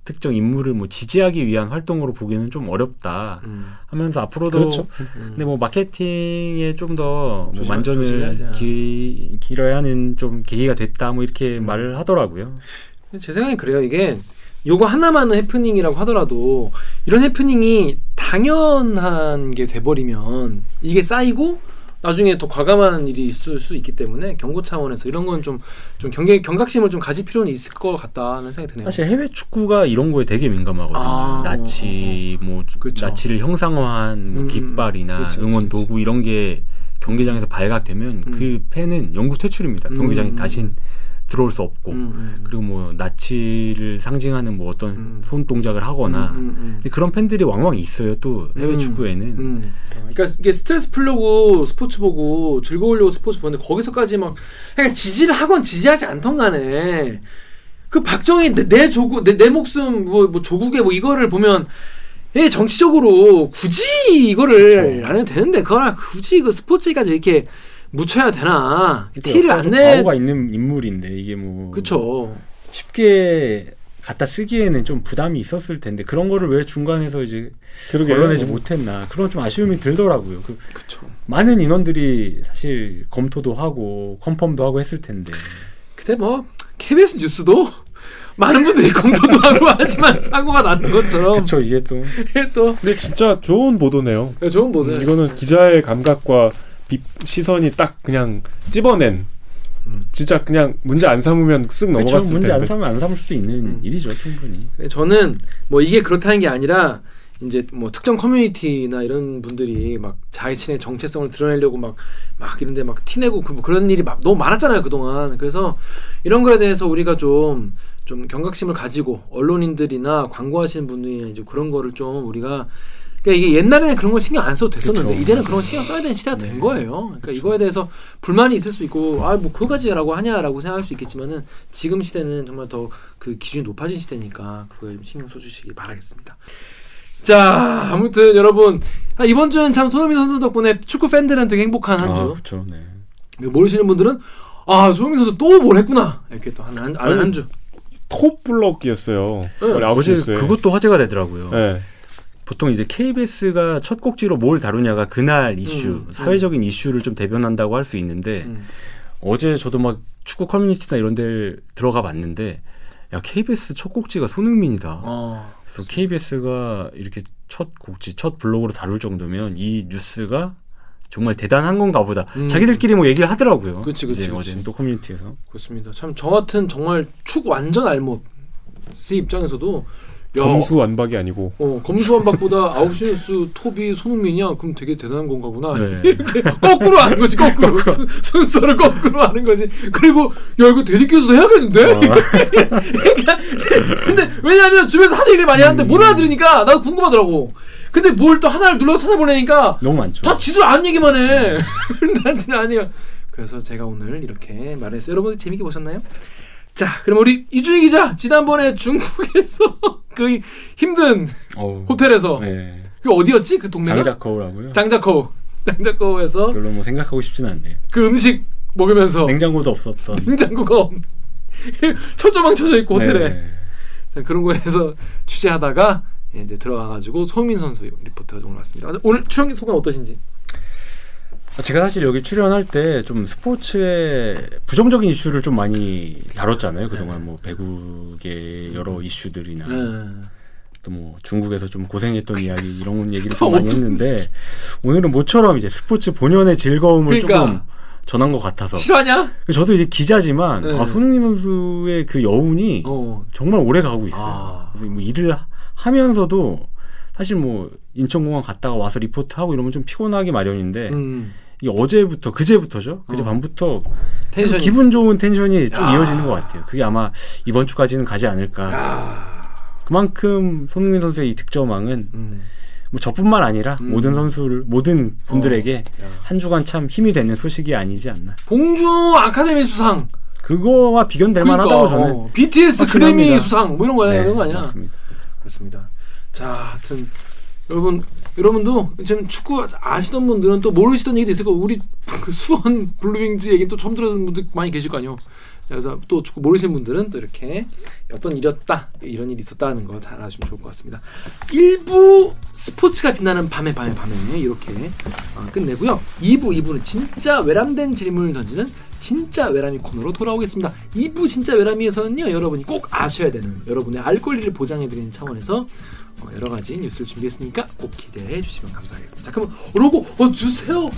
[SPEAKER 1] 특정 인물을 뭐 지지하기 위한 활동으로 보기는 좀 어렵다
[SPEAKER 2] 음.
[SPEAKER 1] 하면서 앞으로도
[SPEAKER 6] 그렇죠.
[SPEAKER 1] 근데 뭐 마케팅에 좀 더뭐
[SPEAKER 2] 조심하-
[SPEAKER 1] 만전을
[SPEAKER 2] 조심해야죠.
[SPEAKER 1] 기, 길어야 하는 좀 계기가 됐다 뭐 이렇게
[SPEAKER 2] 음.
[SPEAKER 1] 말을 하더라고요.
[SPEAKER 2] 근데 제 생각엔 그래요. 이게 요거 하나만은 해프닝이라고 하더라도 이런 해프닝이 당연한 게 돼버리면 이게 쌓이고 나중에 더 과감한 일이 있을 수 있기 때문에 경고 차원에서 이런 건 좀 좀 경계 경각심을 좀 가질 필요는 있을 것 같다는 생각이 드네요.
[SPEAKER 1] 사실 해외 축구가 이런 거에 되게 민감하거든요.
[SPEAKER 2] 아,
[SPEAKER 1] 나치 뭐
[SPEAKER 2] 그쵸.
[SPEAKER 1] 나치를 형상화한 뭐
[SPEAKER 2] 음, 음.
[SPEAKER 1] 깃발이나
[SPEAKER 2] 그치, 그치,
[SPEAKER 1] 응원
[SPEAKER 2] 그치.
[SPEAKER 1] 도구 뭐 이런 게 경기장에서 발각되면
[SPEAKER 2] 음.
[SPEAKER 1] 그 팬은 영구 퇴출입니다.
[SPEAKER 2] 음.
[SPEAKER 1] 경기장에 다신 들어올 수 없고
[SPEAKER 2] 음, 음,
[SPEAKER 1] 그리고 뭐 나치를 상징하는 뭐 어떤
[SPEAKER 2] 음.
[SPEAKER 1] 손 동작을 하거나
[SPEAKER 2] 음, 음, 음.
[SPEAKER 1] 근데 그런 팬들이 왕왕 있어요. 또 해외
[SPEAKER 2] 음.
[SPEAKER 1] 축구에는
[SPEAKER 2] 음. 그러니까 이게 스트레스 풀려고 스포츠 보고 즐거우려고 스포츠 보는데 거기서까지 막 그냥 지지를 하건 지지하지 않던 간에 그 박정희 내, 내 조국 내, 내 목숨 뭐, 뭐 조국의 뭐 이거를 보면 예 정치적으로 굳이 이거를
[SPEAKER 1] 그렇죠.
[SPEAKER 2] 안 해도 되는데 그거랑 굳이 그 스포츠까지 이렇게 묻혀야 되나 티를 안 내.
[SPEAKER 1] 가 그러니까 있는 인물인데 이게 뭐
[SPEAKER 2] 그쵸.
[SPEAKER 1] 쉽게 갖다 쓰기에는 좀 부담이 있었을 텐데 그런 거를 왜 중간에서 이제
[SPEAKER 4] 그러게.
[SPEAKER 1] 걸러내지 못했나 그런 좀 아쉬움이 들더라고요. 그
[SPEAKER 2] 그쵸.
[SPEAKER 1] 많은 인원들이 사실 검토도 하고 컨펌도 하고 했을 텐데
[SPEAKER 2] 근데 뭐 KBS 뉴스도 [laughs] 많은 분들이 검토도 하고 하지만 사고가 나는 것처럼
[SPEAKER 1] 그쵸 이게 또
[SPEAKER 2] [laughs] 또
[SPEAKER 4] 근데 진짜 좋은 보도네요.
[SPEAKER 2] 네, 좋은 보네.
[SPEAKER 4] 이거는 기자의 감각과 비- 시선이 딱 그냥 찝어낸. 진짜 그냥 문제 안 삼으면 쓱
[SPEAKER 1] 그쵸,
[SPEAKER 4] 넘어갔을
[SPEAKER 1] 음. 문제 안
[SPEAKER 4] 텐데.
[SPEAKER 1] 삼으면 안 삼을 수도 있는
[SPEAKER 2] 음.
[SPEAKER 1] 일이죠 충분히.
[SPEAKER 2] 근데 네, 저는 뭐 이게 그렇다는 게 아니라 이제 뭐 특정 커뮤니티나 이런 분들이 막 자신의 정체성을 드러내려고 막 막 이런데 막 티내고 그뭐 그런 일이 막 너무 많았잖아요 그 동안. 그래서 이런 거에 대해서 우리가 좀 좀 경각심을 가지고 언론인들이나 광고하시는 분들이 이제 그런 거를 좀 우리가 그러니까 이게 옛날에는 그런 걸 신경 안 써도 됐었는데
[SPEAKER 1] 그쵸.
[SPEAKER 2] 이제는 그런 거 신경 써야 되는 시대가 된 거예요. 그러니까 이거에 대해서 불만이 있을 수 있고 아 뭐 그거까지라고 하냐라고 생각할 수 있겠지만은 지금 시대는 정말 더 그 기준이 높아진 시대니까 그거에 좀 신경 써주시기 바라겠습니다. 자 아무튼 여러분 아, 이번 주는 참 손흥민 선수 덕분에 축구 팬들은 되게 행복한 한
[SPEAKER 4] 아,
[SPEAKER 2] 주.
[SPEAKER 1] 그쵸, 네.
[SPEAKER 2] 모르시는 분들은 아 손흥민 선수 또 뭘 했구나 이렇게 또 한 한 한 주.
[SPEAKER 4] 톱 블럭이었어요.
[SPEAKER 2] 응.
[SPEAKER 4] 원래
[SPEAKER 1] 어제
[SPEAKER 4] 아웃이었어요.
[SPEAKER 1] 그것도 화제가 되더라고요.
[SPEAKER 4] 예.
[SPEAKER 1] 보통 이제 KBS가 첫 꼭지로 뭘 다루냐가 그날 이슈,
[SPEAKER 2] 음, 음.
[SPEAKER 1] 사회적인 이슈를 좀 대변한다고 할 수
[SPEAKER 4] 네.
[SPEAKER 1] 있는데
[SPEAKER 2] 음.
[SPEAKER 1] 어제 저도 막 축구 커뮤니티나 이런 데 들어가 봤는데 야 KBS 첫 곡지가 손흥민이다.
[SPEAKER 2] 어.
[SPEAKER 1] 그래서 KBS가 이렇게 첫 곡지, 첫 블로그로 다룰 정도면 이 뉴스가 정말 대단한 건가 보다.
[SPEAKER 2] 음.
[SPEAKER 1] 자기들끼리 뭐 얘기를 하더라고요.
[SPEAKER 2] 그치, 그치,
[SPEAKER 1] 이제
[SPEAKER 2] 그치.
[SPEAKER 1] 어제는 또 커뮤니티에서.
[SPEAKER 2] 그렇습니다. 참 저 같은 정말 축 완전 알못 의 입장에서도 야,
[SPEAKER 4] 검수 완박이 아니고
[SPEAKER 2] 어, 검수완박보다 아홉시 뉴스 [laughs] 톱이 손흥민이야? 그럼 되게 대단한 건가 보나? [laughs]
[SPEAKER 1] 네.
[SPEAKER 2] 거꾸로 하는 거지, 거꾸로. 순- 순서를 거꾸로 하는 거지. 그리고, 야, 이거 대리께서 해야겠는데? 그러니까, 근데, 왜냐면 주변에서 하도 얘기를 많이 하는데 못 알아들으니까 나도 궁금하더라고. 근데 뭘 또 하나를 눌러 찾아보려니까
[SPEAKER 1] 너무 많죠.
[SPEAKER 2] 다 지들 아는 얘기만 해. [laughs] 난 진짜 아니야. 그래서 제가 오늘 이렇게 말했어요. 여러분들 재밌게 보셨나요? 자, 그럼 우리 이준희 기자 지난번에 중국에서 [laughs] 그 힘든
[SPEAKER 1] 어우,
[SPEAKER 2] 호텔에서
[SPEAKER 1] 네.
[SPEAKER 2] 그 어디였지? 그 동네가
[SPEAKER 1] 장자커우라고요.
[SPEAKER 2] 장자커우 장자커우에서
[SPEAKER 1] 별로 뭐 생각하고 싶진 않네요.
[SPEAKER 2] 그 음식 먹으면서
[SPEAKER 1] 냉장고도 없었던.
[SPEAKER 2] 냉장고가 없는 [laughs] 철조망 쳐져 있고 호텔에
[SPEAKER 1] 네.
[SPEAKER 2] 자, 그런 거에서 [laughs] 취재하다가 예, 이제 들어가가지고 소민 선수 리포터가 오늘 왔습니다. 아, 오늘 출연 소감 어떠신지?
[SPEAKER 1] 제가 사실 여기 출연할 때 좀 스포츠의 부정적인 이슈를 좀 많이 다뤘잖아요.
[SPEAKER 2] 네.
[SPEAKER 1] 그동안 뭐 배구계
[SPEAKER 2] 음.
[SPEAKER 1] 여러 이슈들이나
[SPEAKER 2] 어.
[SPEAKER 1] 또 뭐 중국에서 좀 고생했던
[SPEAKER 2] 그러니까.
[SPEAKER 1] 이야기 이런
[SPEAKER 2] [laughs]
[SPEAKER 1] 얘기를 좀 많이 했는데 오늘은 모처럼 이제 스포츠 본연의 즐거움을
[SPEAKER 2] 그러니까.
[SPEAKER 1] 조금 전한 것 같아서
[SPEAKER 2] 싫어하냐?
[SPEAKER 1] 저도 이제 기자지만
[SPEAKER 2] 네.
[SPEAKER 1] 아, 손흥민 선수의 그 여운이
[SPEAKER 2] 어.
[SPEAKER 1] 정말 오래 가고 있어요.
[SPEAKER 2] 아.
[SPEAKER 1] 그래서 뭐 일을 하- 하면서도 사실 뭐 인천공항 갔다가 와서 리포트하고 이러면 좀 피곤하기 마련인데
[SPEAKER 2] 음.
[SPEAKER 1] 이게 어제부터 그제부터죠. 그제 밤부터
[SPEAKER 2] 텐션이
[SPEAKER 1] 기분 좋은 텐션이 쭉
[SPEAKER 2] 야.
[SPEAKER 1] 이어지는 것 같아요. 그게 아마 이번 주까지는 가지 않을까. 그만큼 손흥민 선수의 이 득점왕은
[SPEAKER 2] 음.
[SPEAKER 1] 뭐 저뿐만 아니라 모든 선수를 모든 분들에게
[SPEAKER 2] 어.
[SPEAKER 1] 한 주간 참 힘이 되는 소식이 아니지 않나.
[SPEAKER 2] 봉준호 아카데미 수상
[SPEAKER 1] 그거와 비견될 만하다고 저는
[SPEAKER 2] 어, BTS
[SPEAKER 1] 확신합니다.
[SPEAKER 2] 그래미 수상 뭐 이런 거야
[SPEAKER 1] 네,
[SPEAKER 2] 이런 거 아니야
[SPEAKER 1] 맞습니다.
[SPEAKER 2] 그렇습니다. 자, 하여튼 여러분 여러분도 지금 축구 아시던 분들은 또 모르시던 얘기도 있을 거고 우리 그 수원 블루윙즈 얘기 또 처음 들었는 분들 많이 계실 거 아니에요. 그래서 또 축구 모르시는 분들은 또 이렇게 어떤 일이었다 이런 일이 있었다는 거 잘 아시면 좋을 것 같습니다. 일부 스포츠가 빛나는 밤에 밤에 밤에 이렇게 어, 끝내고요. 2부 2부는 진짜 외람된 질문을 던지는 진짜 외람이 코너로 돌아오겠습니다. 2부 진짜 외람이에서는요 여러분이 꼭 아셔야 되는 여러분의 알 권리를 보장해드리는 차원에서 어, 여러 가지 뉴스를 준비했으니까 꼭 기대해 주시면 감사하겠습니다. 자 그럼 로고 어 주세요.